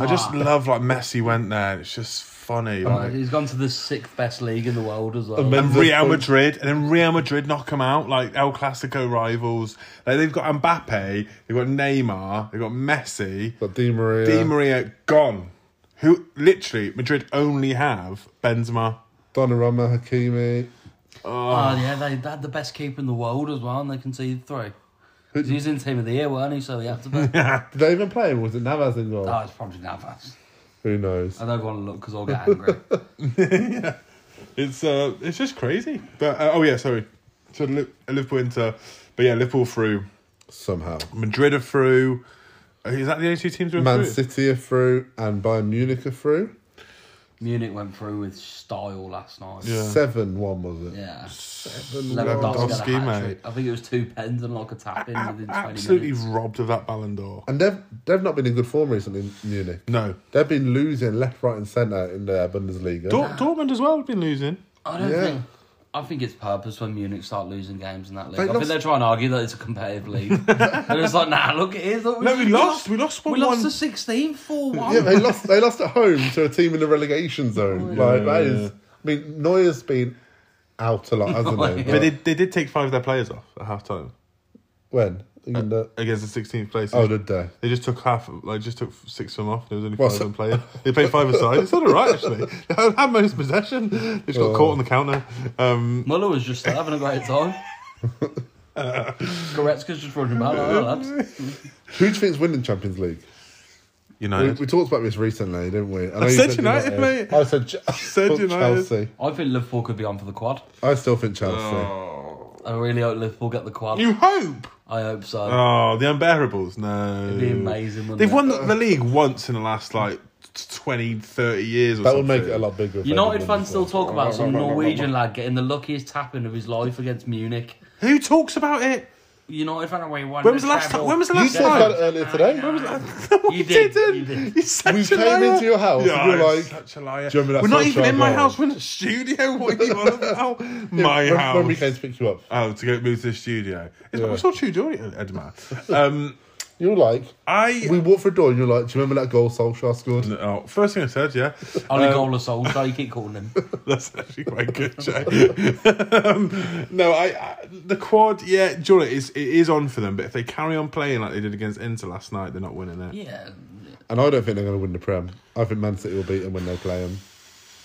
A: I just love like Messi went there. and It's just funny. Like,
D: he's gone to the sixth best league in the world as well.
C: Amazing.
A: and Real Madrid, and then Real Madrid knock them out like El Clasico rivals. Like they've got Mbappe, they've got Neymar, they've got Messi,
C: for football. But Di Maria,
A: Di Maria gone. Who literally Madrid only have Benzema.
C: Donnarumma, Hakimi.
D: Oh yeah, they, they had the best keeper in the world as well, and they conceded three. He's using team of the year, weren't he? So he had to be. oh,
C: Did they even play him? Was it Navas in goal?
D: it's probably Navas.
C: Who knows?
D: I don't want to look because I'll get angry.
A: It's uh, it's just crazy. But uh, oh yeah, sorry. So Li- uh, Liverpool into, but yeah, Liverpool through.
C: Somehow.
A: Madrid are through. Uh, Is that the only two teams who are
C: Man
A: through?
C: City are through, and Bayern Munich are through.
D: Munich went through with style last night.
A: Yeah.
C: 7 1, was it?
D: Yeah.
A: Lewandowski,
D: Lewandowski, had a
A: mate.
D: hat-trick. I think it was two pens and like a tap in
A: A-
D: within 20
A: absolutely
D: minutes.
A: robbed of that Ballon d'Or.
C: And they've, they've not been in good form recently, Munich.
A: No,
C: They've been losing left, right, and centre in the Bundesliga.
A: Dor- Dortmund as well have been losing.
D: I don't
C: Yeah.
D: think. I think it's purpose when Munich start losing games in that league. I think
C: lost-
D: they're trying to argue that it's a competitive league. and it's like, nah, look, it is. Look,
A: No, we lost. We lost
D: We
A: one.
D: lost to 16 4 1.
C: Yeah, they lost. They lost at home to a team in the relegation zone. like that is. I mean, Neuer's been out a lot, hasn't he?
D: Neuer.
A: But they, they did take five of their players off at half time
C: when In the-
A: against the 16th place.
C: oh, did they?
A: they just took half, like just took six of them off. There was only
C: Well,
A: five of
C: so-
A: them playing. They played five aside. It's not all right actually. They had had most possession. They just
C: Oh.
A: got caught on the counter. Um,
D: Muller was just having a great time. Goretzka's just running about like, oh, lads.
C: Who do you think's winning Champions League? We,
A: United.
C: we talked about this recently, didn't we? know
A: I
C: you
A: said United, mate.
C: I said, Ch-
A: said
C: Fuck
A: United.
C: Chelsea.
D: I think Liverpool could be on for the quad.
C: I still think Chelsea.
D: Oh,
A: Oh.
D: I really hope Liverpool get the quad.
A: You hope.
D: I hope so.
A: Oh, the unbearables. No.
D: It'd be amazing. wouldn't
A: They've
D: it?
A: won the, the league once in the last like 20, 30 years or
C: that
A: something.
C: would make it a lot bigger. if they did
D: United
C: win
D: fans
C: as
D: still
C: well.
D: talk about some Norwegian lad getting the luckiest tap in of his life against Munich.
A: Who talks about it?
D: United fan away one.
A: When was the last time? When was the
C: You
A: last
C: talked about it
A: time?
C: earlier today.
D: You
A: You
D: did,
A: didn't.
D: you did.
A: You're such
C: We
A: a
C: came
A: liar.
C: into your house and
A: Yeah,
C: you were
A: you're
C: like,
A: such a liar.
C: Do you remember that
A: we're not even
C: Solskjaer
A: in my
C: goal?
A: house. We're in a studio. What are you on about? My
C: when,
A: house.
C: When we came to pick you up,
A: Oh, to go move to the studio. It's,
C: Yeah.
A: It's not true, do it, Edmar. Um,
C: you were like,
A: I.
C: we walked for a door, and you're like, do you remember that goal Solskjaer scored?
A: oh, first thing I said, yeah.
D: Only
A: Um,
D: goal of soul, so you keep calling him.
A: That's actually quite good, Jay. um, no, I, I the quad, yeah, Jordan, it is, it is on for them, but if they carry on playing like they did against Inter last night, they're not winning it.
D: Yeah.
C: And I don't think they're going to win the Prem. I think Man City will beat them when they play them.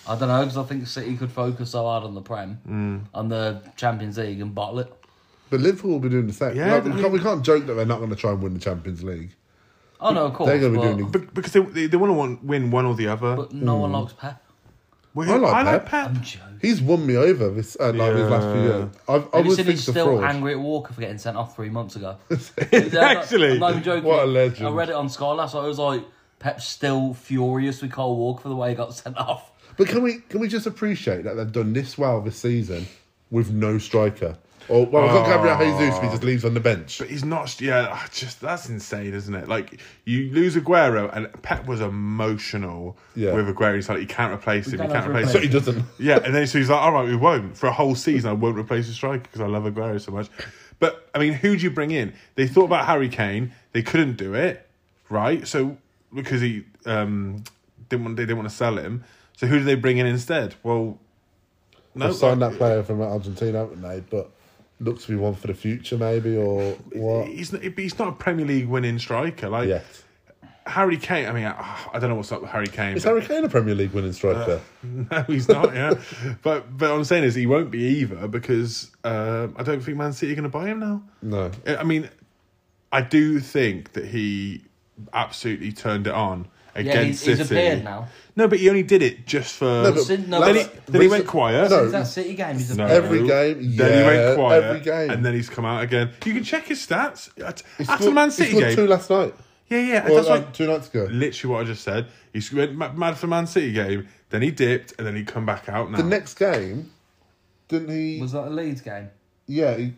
D: I don't know, because I think City could focus so hard on the Prem,
A: Mm.
D: on the Champions League, and bottle it.
C: But Liverpool will be doing the same.
A: Yeah,
C: Like, we,
A: I
C: can't, we can't joke that they're not going to try and win the Champions League.
D: Oh, no, of course.
C: They're going to be
D: but,
C: doing. The,
A: But, because they, they, they want to want, win one or the other.
D: but no
C: Hmm.
D: one likes Pep.
A: Well,
C: I like
A: Pep.
D: I'm joking.
C: he's won me over this uh, like these last few
A: Yeah.
C: years. I've, I
D: Have you
C: was
D: seen
C: think
D: he's
C: the
D: still
C: fraud.
D: angry at Walker for getting sent off three months ago? Actually, I'm not even joking.
C: What a legend.
D: I read it on Sky last night. I was like, Pep's still furious with Cole Walker for the way he got sent off.
C: But can we can we just appreciate that they've done this well this season with no striker? Or well, we've got Gabriel Jesus, but he just leaves on the bench.
A: But he's not. Yeah, I just that's insane, isn't it? Like you lose Aguero, and Pep was emotional
C: Yeah.
A: with Aguero. He's like, you can't replace him. You
D: can't
A: can't
D: replace
A: replace
C: So
A: him.
C: he doesn't.
A: yeah, and then so he's like, all right, we won't for a whole season. I won't replace the striker because I love Aguero so much. But I mean, who do you bring in? They thought about Harry Kane. They couldn't do it, right? So because he um, didn't want, they didn't want to sell him. So who do they bring in instead? Well, no,
C: They've signed that player from Argentina, haven't they? But looks to be one for the future, maybe or what?
A: he's not, he's not a Premier League winning striker. Like
C: Yet.
A: Harry Kane. I mean, I, I don't know what's up with Harry Kane.
C: Is
A: but-
C: Harry Kane a Premier League winning striker?
A: No, he's not. Yeah, but but what I'm saying is he won't be either because um, I don't think Man City are going to buy him now.
C: No.
A: I I mean, I do think that he absolutely turned it on
D: Yeah,
A: against
D: he's, he's
A: City.
D: appeared now.
A: No, but he only did it just for.
C: No, but-
D: Sin- no,
A: then, he,
D: but-
A: then he went
C: Recent-
A: quiet.
C: No.
D: Since that City game, he's
A: No.
D: appeared.
C: Every game, yeah.
A: Then he went quiet.
C: Every game,
A: And then he's come out again. You can check his stats. At,
C: He
A: at the
C: scored-
A: Man
C: he
A: City
C: scored
A: game.
C: two last night.
A: yeah, yeah.
C: Well, um,
A: that's
C: like,
A: like
C: two nights ago.
A: literally what I just said. He went ma- mad for Man City game. Then he dipped, and then he come back out now.
C: The next game, didn't he?
D: Was that a Leeds game?
C: yeah, he,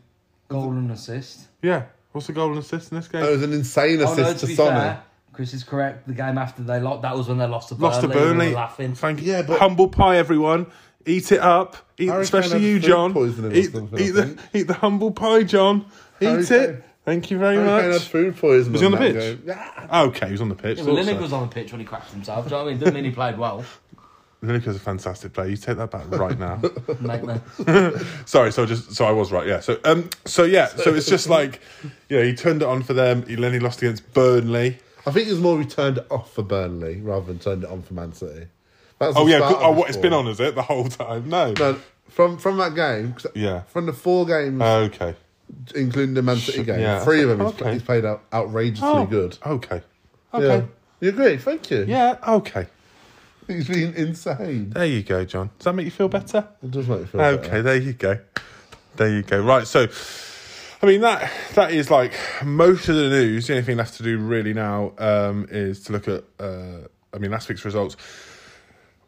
D: Goal and assist.
A: yeah. What's the goal and assist in this game?
C: that was an insane
D: Oh
C: assist
D: no,
C: to,
D: to be
C: Sonny.
D: fair, Chris is correct. The game after they lost, that was when they lost to Burnley.
A: Lost to
D: and we were
A: Burnley.
D: laughing.
A: Thank you.
C: Yeah, but-
A: Humble pie, everyone. Eat it up. Eat,
C: Harry Kane
A: especially
C: had
A: you,
C: food
A: John.
C: poisoning or
A: Eat,
C: something, I
A: eat, the,
C: think.
A: eat the humble pie, John. Eat
C: Harry
A: it.
C: Kane.
A: Thank you very
C: Harry Kane had
A: much.
C: food poisoning.
A: Was he on the
C: that
A: pitch?
C: game. Yeah.
A: Okay, he was on the pitch.
D: Yeah,
A: Yeah,
D: but Linnick was on the pitch when he cracked himself. Do you know what I mean? Didn't mean he played well.
A: a fantastic player. You take that back right now.
D: Mate, no.
A: Sorry, so just so I was right. Yeah. So um, so yeah, so it's just like, you know, he turned it on for them. He then he lost against Burnley.
C: I think it was more we turned it off for Burnley rather than turned it on for Man City. That's
A: Oh
C: the
A: yeah,
C: start
A: good.
C: of
A: oh,
C: the
A: what it's been
C: score.
A: on, is it the whole time? No.
C: No, from from that game. 'cause
A: Yeah.
C: From the four games,
A: Uh, Okay.
C: including the Man City game,
A: yeah.
C: three of them
A: Okay.
C: he's, he's played out, outrageously good.
A: Oh, Okay.
C: Yeah.
A: Okay.
C: You agree? Thank you.
A: Yeah. Okay.
C: He's been insane.
A: There you go, John. Does that make you feel better?
C: It does make me feel
A: Okay.
C: better.
A: There you go. There you go. Right. So, I mean that that is like most of the news. The only thing left to do really now um, is to look at. Uh, I mean, last week's results.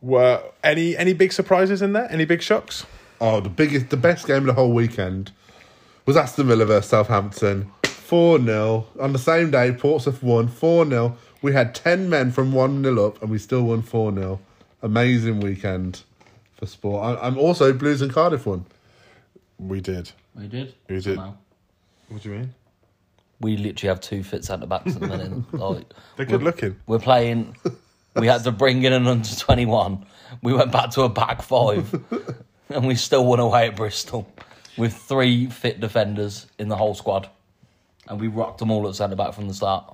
A: Were any any big surprises in there? Any big shocks?
C: Oh, the biggest, the best game of the whole weekend was Aston Villa versus Southampton. 4 0. On the same day, Portsmouth won 4 0. We had 10 men from 1 0 up and we still won 4 0. Amazing weekend for sport. I, I'm also Blues and Cardiff won.
A: We did.
D: We did.
A: We did.
D: Somehow.
A: What do you mean?
D: We literally have two fit centre backs at the minute. Like,
A: They're good looking.
D: We're playing. We had to bring in an under 21. We went back to a back five. and we still won away at Bristol with three fit defenders in the whole squad. And we rocked them all at centre back from the start.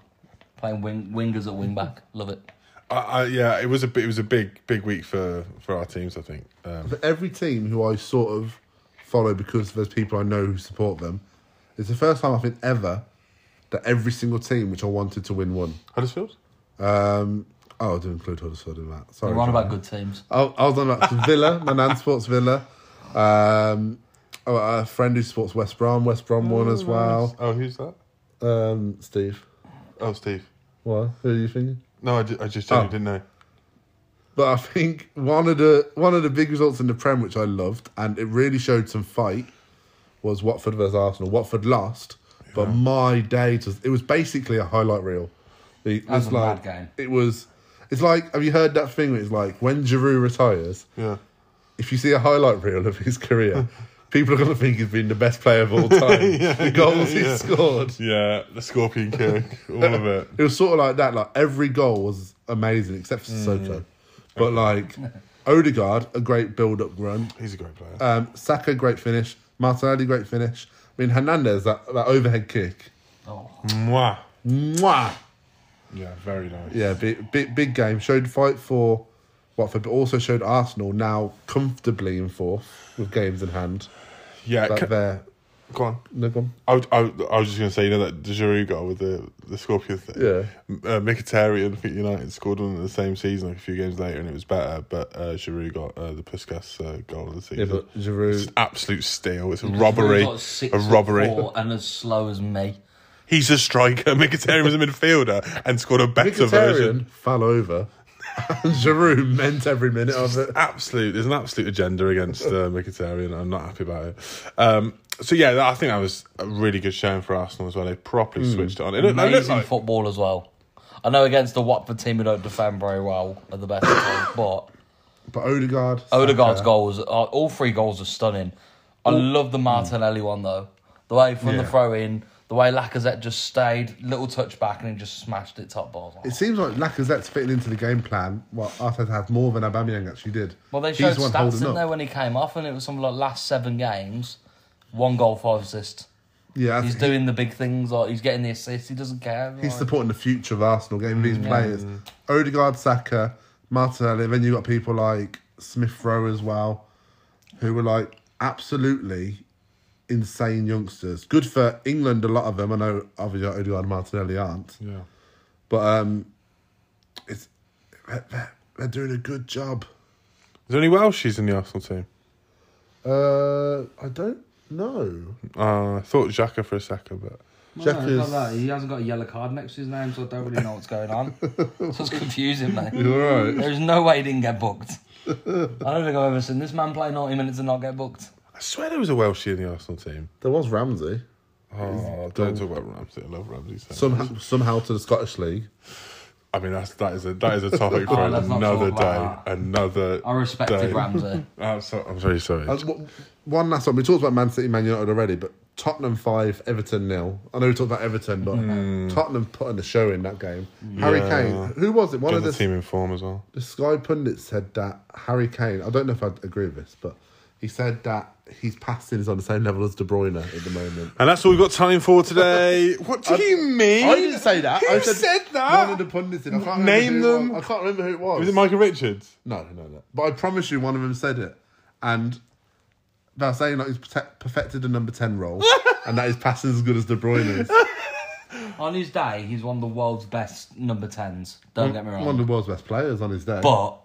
D: Playing wing, wingers at wing back. Love it.
A: I, I, yeah, it was a bi- it was a big big week for for our teams. I think. Um,
C: But every team who I sort of follow because there's people I know who support them, it's the first time I think ever that every single team which I wanted to win won.
A: Huddersfield.
C: Um, oh, I didn't include Huddersfield in that. Sorry.
D: We're on
C: John.
D: about good teams.
C: I, I was Oh, on like to Villa, my nan supports Villa. Um, oh, a friend who supports West Brom, West Brom won as well.
A: Oh, who's that?
C: Um, Steve,
A: Oh, Steve.
C: what? Who are you thinking?
A: No, I, ju- I just genuinely
C: Oh.
A: didn't know.
C: But I think one of the one of the big results in the Prem, which I loved, and it really showed some fight, was Watford versus Arsenal. Watford lost, but my day to, it was basically a highlight reel. The-
D: That was
C: it's
D: a
C: like,
D: mad game.
C: It was. It's like have you heard that thing? Where it's like when Giroud retires,
A: Yeah.
C: if you see a highlight reel of his career, people are going to think he's been the best player of all time. the goals he
A: yeah.
C: scored.
A: Yeah, the Scorpion King, all of it.
C: It was sort of like that. Like every goal was amazing except for
A: Mm.
C: Sissoko, but like Odegaard, a great build-up run.
A: He's a great player.
C: Um, Saka, great finish. Martinelli, great finish. I mean Hernandez, that, that overhead kick.
D: Oh,
A: Mwah.
C: Mwah!
A: Yeah, very nice.
C: Yeah, big, big big game. Showed fight for Watford, but also showed Arsenal now comfortably in fourth with games in hand.
A: Yeah,
C: Like
A: ca-
C: there,
A: go on.
C: no go on.
A: I, was- I, was- I was just going to say, you know, that Giroud goal with the, the Scorpion thing?
C: Yeah.
A: Uh, Mkhitaryan for United scored one in the same season, like a few games later, and it was better, but uh, Giroud got uh, the Puskas uh, goal of the
C: Yeah,
A: season.
C: but
A: it's
C: Giroud.
A: an absolute steal. It's a robbery.
D: We've got six
A: A
D: foot
A: robbery.
D: four and as slow as me.
A: He's a striker. Mkhitaryan was a midfielder and scored a better version.
C: Mkhitaryan fell over. And Giroud meant every minute of it.
A: absolute. There's an absolute agenda against uh, Mkhitaryan. I'm not happy about it. Um, so yeah, that, I think that was a really good showing for Arsenal as well. They properly switched it on. It looked, it looked
D: Hmm. Amazing
A: like,
D: football as well. I know against the Watford team who don't defend very well are the best team, but
C: But Odegaard.
D: Odegaard's
C: Saka,
D: goals, uh, all three goals are stunning. I love the Martinelli one though. The way from the
A: Yeah.
D: throw in, the way Lacazette just stayed, little touch back, and he just smashed it top balls.
C: It seems like Lacazette's fitting into the game plan. Well, Arteta had more than Aubameyang actually did.
D: Well, they
C: He's
D: showed
C: the one
D: stats
C: holding
D: in
C: up.
D: there when he came off, and it was something like last seven games, one goal, five assists.
C: Yeah, I
D: He's
C: think
D: doing the big things, like he's getting the assists. He doesn't care.
C: he's
D: like-
C: supporting the future of Arsenal, getting these
D: Mm.
C: players. Odegaard, Saka, Martinelli. Then you got people like Smith Rowe as well, who were like absolutely insane youngsters. Good for England, a lot of them. I know obviously Odegaard and Martinelli aren't.
A: yeah.
C: But um, it's they're, they're- they're doing a good job.
A: Is there any Welshies in the Arsenal team?
C: Uh, I don't know.
A: Uh, I thought Xhaka for a second, but
C: Jack is-
D: He hasn't got a yellow card next to his name, so I don't really know what's going on. so it's confusing, mate.
C: You're all right.
D: There's no way he didn't get booked. I don't think I've ever seen this man play 90 minutes and not get booked.
A: I swear there was a Welshie in the Arsenal team.
C: There was Ramsey
A: Oh, don't talk about Ramsey. I love Ramsey. So.
C: somehow somehow to the Scottish League.
A: I mean, that's that is a that is a topic for
D: Oh, let's not
A: another
D: talk
A: day,
D: about
A: another.
D: I
A: day. Uh,
D: respected Ramsey.
A: I'm, so, I'm very sorry.
C: Uh, w- one last one. We talked about Man City, Man United already, but Tottenham five, Everton nil. I know we talked about Everton, but Tottenham put on the show in that game. Harry
A: Yeah.
C: Kane, who was it? One
A: Another
C: of the,
A: team in form as well.
C: the Sky pundits said that Harry Kane. I don't know if I would agree with this, but he said that his passing is on the same level as De Bruyne at the moment.
A: And that's all we've got time for today. What do you mean?
C: I didn't say that.
A: Who
C: I
A: said,
C: said,
A: that?
C: One of the pundits. Did. I can't
A: Name
C: remember who it
A: them.
C: was. I can't remember who it was.
A: Was it Michael Richards?
C: No, no, no. But I promise you, one of them said it, and they're saying that he's perfect- perfected the number ten role, and that his passing is as good as De Bruyne's.
D: On his day, he's one of the world's best number tens. Don't get me
C: One of
D: wrong.
C: the world's best players on his day.
D: But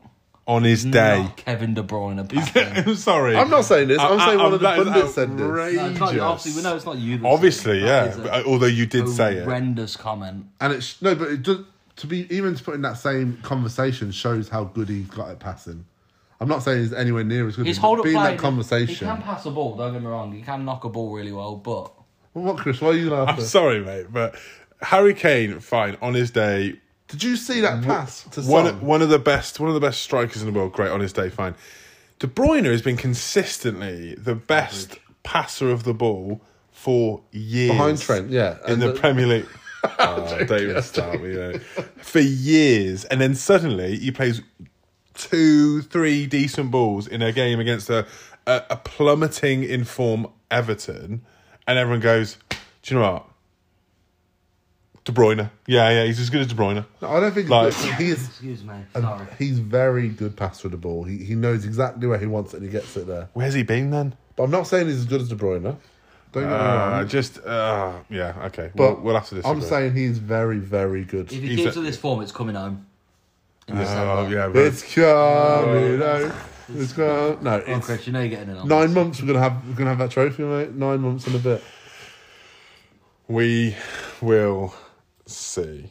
A: On his day.
D: not Kevin De Bruyne. passing.
A: I'm sorry.
C: I'm not saying this. I'm
A: I-
C: saying
A: I-
C: one of the
A: that is
C: pundits said this.
A: outrageous.
D: No, it's not you. Obviously, we know it's not you. that said
A: Obviously,
D: it.
A: yeah.
D: That is a
A: But, uh, although you did say it.
D: horrendous comment.
C: and it's no, but it does, to be even to put in that same conversation shows how good he's got at passing. I'm not saying he's anywhere near as good.
D: His
C: but
D: hold up
C: being
D: play.
C: that conversation.
D: He can pass a ball. Don't get me wrong. He can knock a ball really well, but
C: Well, what, Chris? Why are you laughing?
A: I'm sorry, mate, but Harry Kane, fine, on his day,
C: Did you see that pass to
A: one
C: Son?
A: one of the best one of the best strikers in the world. Great on his day, fine. De Bruyne has been consistently the best passer of the ball for years
C: Behind Trent, yeah.
A: in
C: And
A: the,
C: the-
A: Premier League. Oh, David Starr, you know, for years, and then suddenly he plays two, three decent balls in a game against a a, a plummeting in form Everton, and everyone goes, "Do you know what?" De Bruyne, yeah, yeah, he's as good as De Bruyne.
C: No, I don't think
A: Like-
C: he is.
D: excuse me,
A: Um,
C: And
D: sorry.
C: He's very good passer of the ball. He he knows exactly where he wants it and he gets it there.
A: Where's he been then?
C: But I'm not saying he's as good as De Bruyne. Don't get me
A: Uh,
C: wrong.
A: just uh, yeah, okay.
C: But
A: But we'll, we'll have to disagree.
C: I'm saying he's very, very good.
D: If he
A: he's
D: keeps
A: a-
D: at this form, it's coming home. In
A: Oh,
D: December.
A: yeah, but
C: It's
A: Oh.
C: coming out. It's coming. No,
D: Come on,
C: it's
D: Oh, Chris, you know you're getting in on.
C: nine months. We're gonna have we're gonna have that trophy, mate. Nine months and a bit.
A: we will see.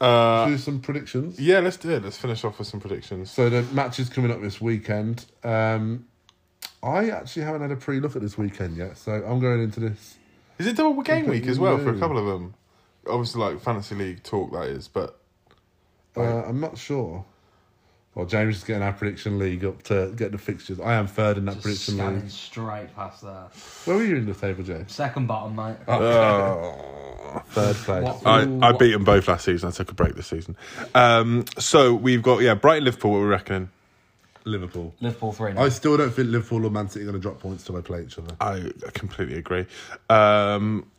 A: Uh,
C: Do some predictions.
A: yeah, let's do it. Let's finish off with some predictions.
C: So the match is coming up this weekend. Um, I actually haven't had a pre look at this weekend yet, so I'm going into this.
A: Is it double game week as well for a
C: No.
A: couple of them? Obviously, like fantasy league talk that is, but
C: Uh, I'm not sure. Well, James is getting our prediction league up to get the fixtures. I am third in that
D: Just
C: prediction league.
D: scanning straight past that.
C: Where were you in the table, James?
D: Second bottom, mate.
A: Uh,
C: Third place.
D: What-
A: I, I
D: what-
A: beat them both last season. I took a break this season. Um, so we've got yeah, Brighton Liverpool. What we reckoning?
C: Liverpool.
D: Liverpool three.
C: I still don't think Liverpool or Man City are going to drop points till they play each other.
A: I completely agree. Um,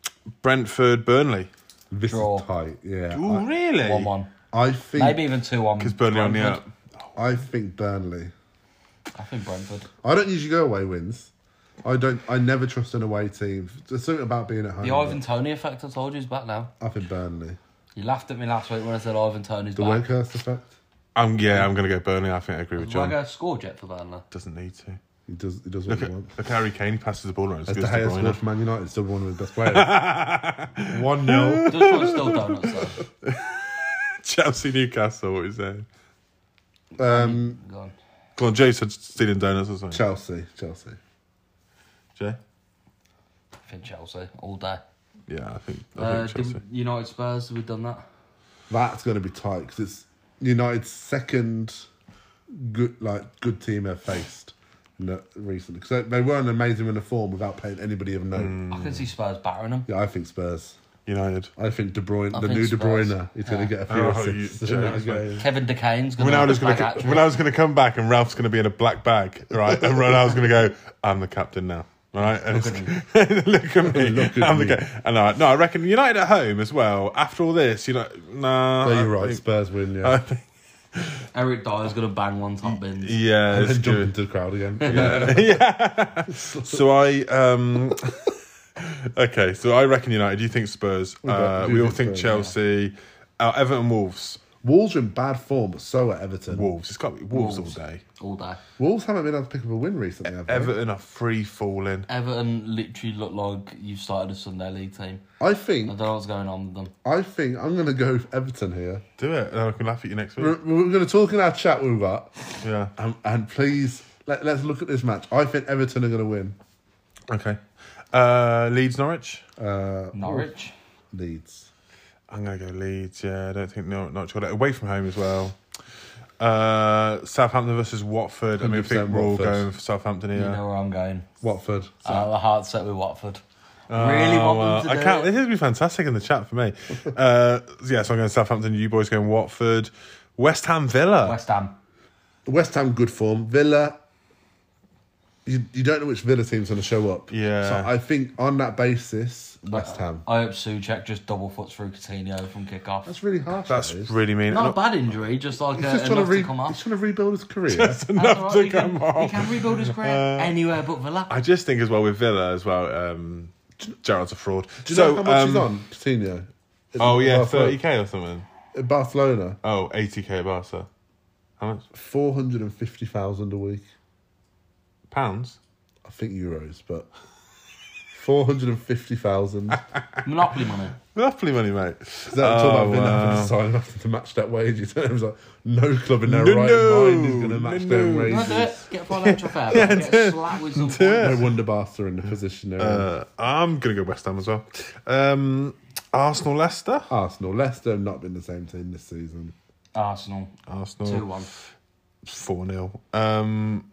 A: Brentford Burnley.
C: This
D: Draw.
C: is tight. Yeah.
A: Oh, really?
D: One one.
C: I, I think.
D: Maybe even two one.
A: Because Burnley on the up.
C: I think Burnley.
D: I think Brentford.
C: I don't usually go away wins. I don't. I never trust an away team. There's something about being at home.
D: The Ivan
C: but
D: Tony effect. I told you is back now.
C: I think Burnley.
D: You laughed at me last week when I said Ivan Tony's
C: The
D: back.
C: Wakehurst effect.
A: Um, yeah, I'm going to go Burnley. I think I agree with
D: Do I
A: John.
D: go scored yet for Burnley?
A: Doesn't need to.
C: He does. He does
A: Look
C: what he
A: at,
C: wants.
A: look at Harry Kane. He passes the ball around. It's
C: As
A: good
C: De
A: as De
C: Gea scored
A: Bruyne.
C: for Man United, still one of the best players. One 0
D: Does John still donuts though?
A: Chelsea, Newcastle. What are you saying?
C: um,
D: Go on.
A: Come on, Jay said stealing donuts or something.
C: Chelsea. Chelsea.
A: Jay?
D: I think Chelsea all day.
A: Yeah, I think, I
D: Uh,
A: think Chelsea.
D: did United Spurs. Have we done that?
C: That's going to be tight because it's United's second good like good team they've faced no, recently because they, they were an amazing run of form without playing anybody of note.
A: Mm.
D: I
A: Hmm.
D: can see Spurs battering them.
C: Yeah, I think Spurs.
A: United.
C: I think De Bruyne,
D: I
C: the
D: think
C: new De
D: Spurs.
C: Bruyne, is going to get a few
A: Oh,
C: assists.
A: you
C: in that
A: jokes,
C: game.
D: Kevin De Cane's going
A: Ronaldo's
D: to
A: going to Ronaldo's going to come back and Ralph's going to be in a black bag, right? And Ronaldo's going to go, "I'm the captain now." Right, and it's- look at me.
C: Look at
A: I'm the
C: me.
A: ca- and I, no, I reckon United at home as well. After all this, you know, nah.
C: So
A: I
C: you're right,
A: think-
C: Spurs win, yeah.
A: I think-
D: Eric Dyer's going to bang one top bins.
A: yeah,
C: and
A: it's
C: then jump
A: good.
C: into the crowd again.
A: yeah. So I um okay. So I reckon United. You think Spurs? Uh,
C: do
A: we all
C: think
A: think
C: Spurs,
A: Chelsea. Uh, Everton, Wolves,
C: Wolves are in bad form, but so are Everton.
A: Wolves. It's got to be Wolves,
D: Wolves.
A: all day.
D: All day.
C: Wolves haven't been able to pick up a win recently, have they?
A: Everton are free falling.
D: Everton literally look like you started a Sunday league team.
C: I
D: I
C: think,
D: don't know what's going on with them.
C: I think I'm going to go with Everton here.
A: Do it, and then I can laugh at you next
C: We're,
A: week.
C: we're going to talk in our chat we've got.
A: Yeah.
C: And, and please, let, let's look at this match. I think Everton are going to win.
A: Okay. Uh, Leeds, Norwich.
C: Uh,
D: Norwich.
C: Leeds.
A: I'm gonna go Leeds. Yeah, I don't think no, not sure. Away from home as well. Uh, Southampton versus Watford. I mean, I think
C: 100%
A: we're all
C: Watford.
A: going for Southampton here.
D: You know where I'm going.
C: Watford.
D: Uh, my heart's set with Watford.
A: Oh,
D: really want
A: well,
D: them to
A: I
D: do
A: can't.
D: it.
A: This would be fantastic in the chat for me. uh, yeah, so I'm going Southampton. You boys going Watford. West Ham Villa.
D: West Ham.
C: West Ham good form. Villa. You, you don't know which Villa team's going to show up.
A: Yeah.
C: So I think on that basis, West Ham.
D: I hope Suchek just double foots through Coutinho from kickoff.
C: That's really harsh.
A: That's
C: that is.
A: really mean.
D: Not a bad injury, just like
C: He's
D: uh,
C: just
D: enough
C: trying to, re-
D: to come
C: he's
D: off.
C: trying to rebuild his career.
A: enough
D: That's
A: to
D: all right, he,
A: come
D: can,
A: off. Uh,
D: he can rebuild his career anywhere but Villa.
A: I just think as well with Villa as well. Um, Gerard's a fraud.
C: Do you
A: so,
C: know how much he's
A: um,
C: on? Coutinho.
A: Oh yeah,
C: Barcelona.
A: thirty k or something.
C: At Barcelona,
A: Oh, 80 k Barca. How much
C: four hundred and fifty thousand a week.
A: pounds?
C: I think euros, but four hundred and fifty thousand.
D: Monopoly money.
A: Lovely money, mate.
C: Is that
A: Oh,
C: talk about Villa having
A: wow.
C: to sign nothing to match that wage? It was like no club in their
A: No,
C: right
A: no,
C: mind is going to match
A: no,
C: their
A: no.
D: You wanna do
C: wages.
D: it? Get a financial fair. get slapped with some
C: No
D: points.
C: wonder Bath are in the position they're in.
A: Uh, I'm gonna go West Ham as well. Um, Arsenal, Leicester,
C: Arsenal, Leicester have not been the same team this season.
D: Arsenal. Two
A: Arsenal
D: one.
A: four 0 Um,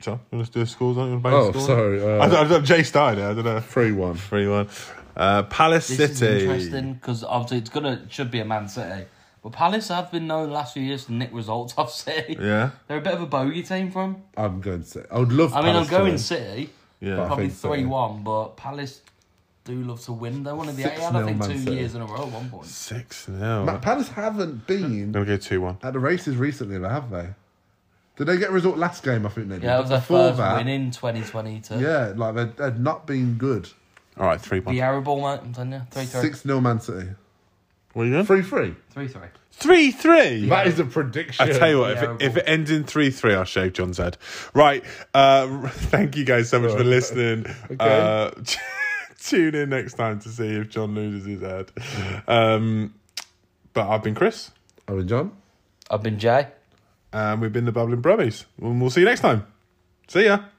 A: John, you want to do the scores? Aren't you? wanna
C: Oh,
A: bang the score?
C: sorry, uh,
A: I, don't- I, don't- Jay started. it, I don't know.
C: three one.
A: Three one. Uh, Palace
D: This is
A: City.
D: interesting because obviously it's gonna it should be a Man City, but Palace have been known the last few years to nick results off City.
A: Yeah,
D: They're a bit of a bogey team for 'em.
C: I'm going to. I would love.
D: I mean,
C: Palace
D: I'm going
C: to
D: City.
A: yeah.
D: Probably
C: think so.
D: three one, but Palace do love to win. They're one of the eight. I
C: 6-0
D: think
C: Man
D: two
C: City.
D: years in a row at one point.
A: Six 0
C: win. Ma-
A: I'm
C: Palace haven't been
A: gonna go two one.
C: at the races recently, though, have they? Did they get a result last game? I think they did.
D: Yeah, it was
C: But
D: their
C: before
D: first
C: that,
D: win in 2022.
C: yeah, like they'd, they'd not been good.
A: All right, three one.
D: The Arrow ball, mate, I'm telling you. 3 3.
C: Six 0 Man City.
A: What are you doing?
C: Three three.
D: 3 3.
A: Three three.
C: That is a prediction.
A: I tell you what, if it,
D: Terrible.
A: if it ends in 3 3, I'll shave John's head. Right. Uh, thank you guys so much for listening. Uh, tune in next time to see if John loses his head. Um, but I've been Chris,
C: Oh, and John.
D: I've been Jay.
A: and we've been the Bubbling Brummies. And we'll see you next time. See ya.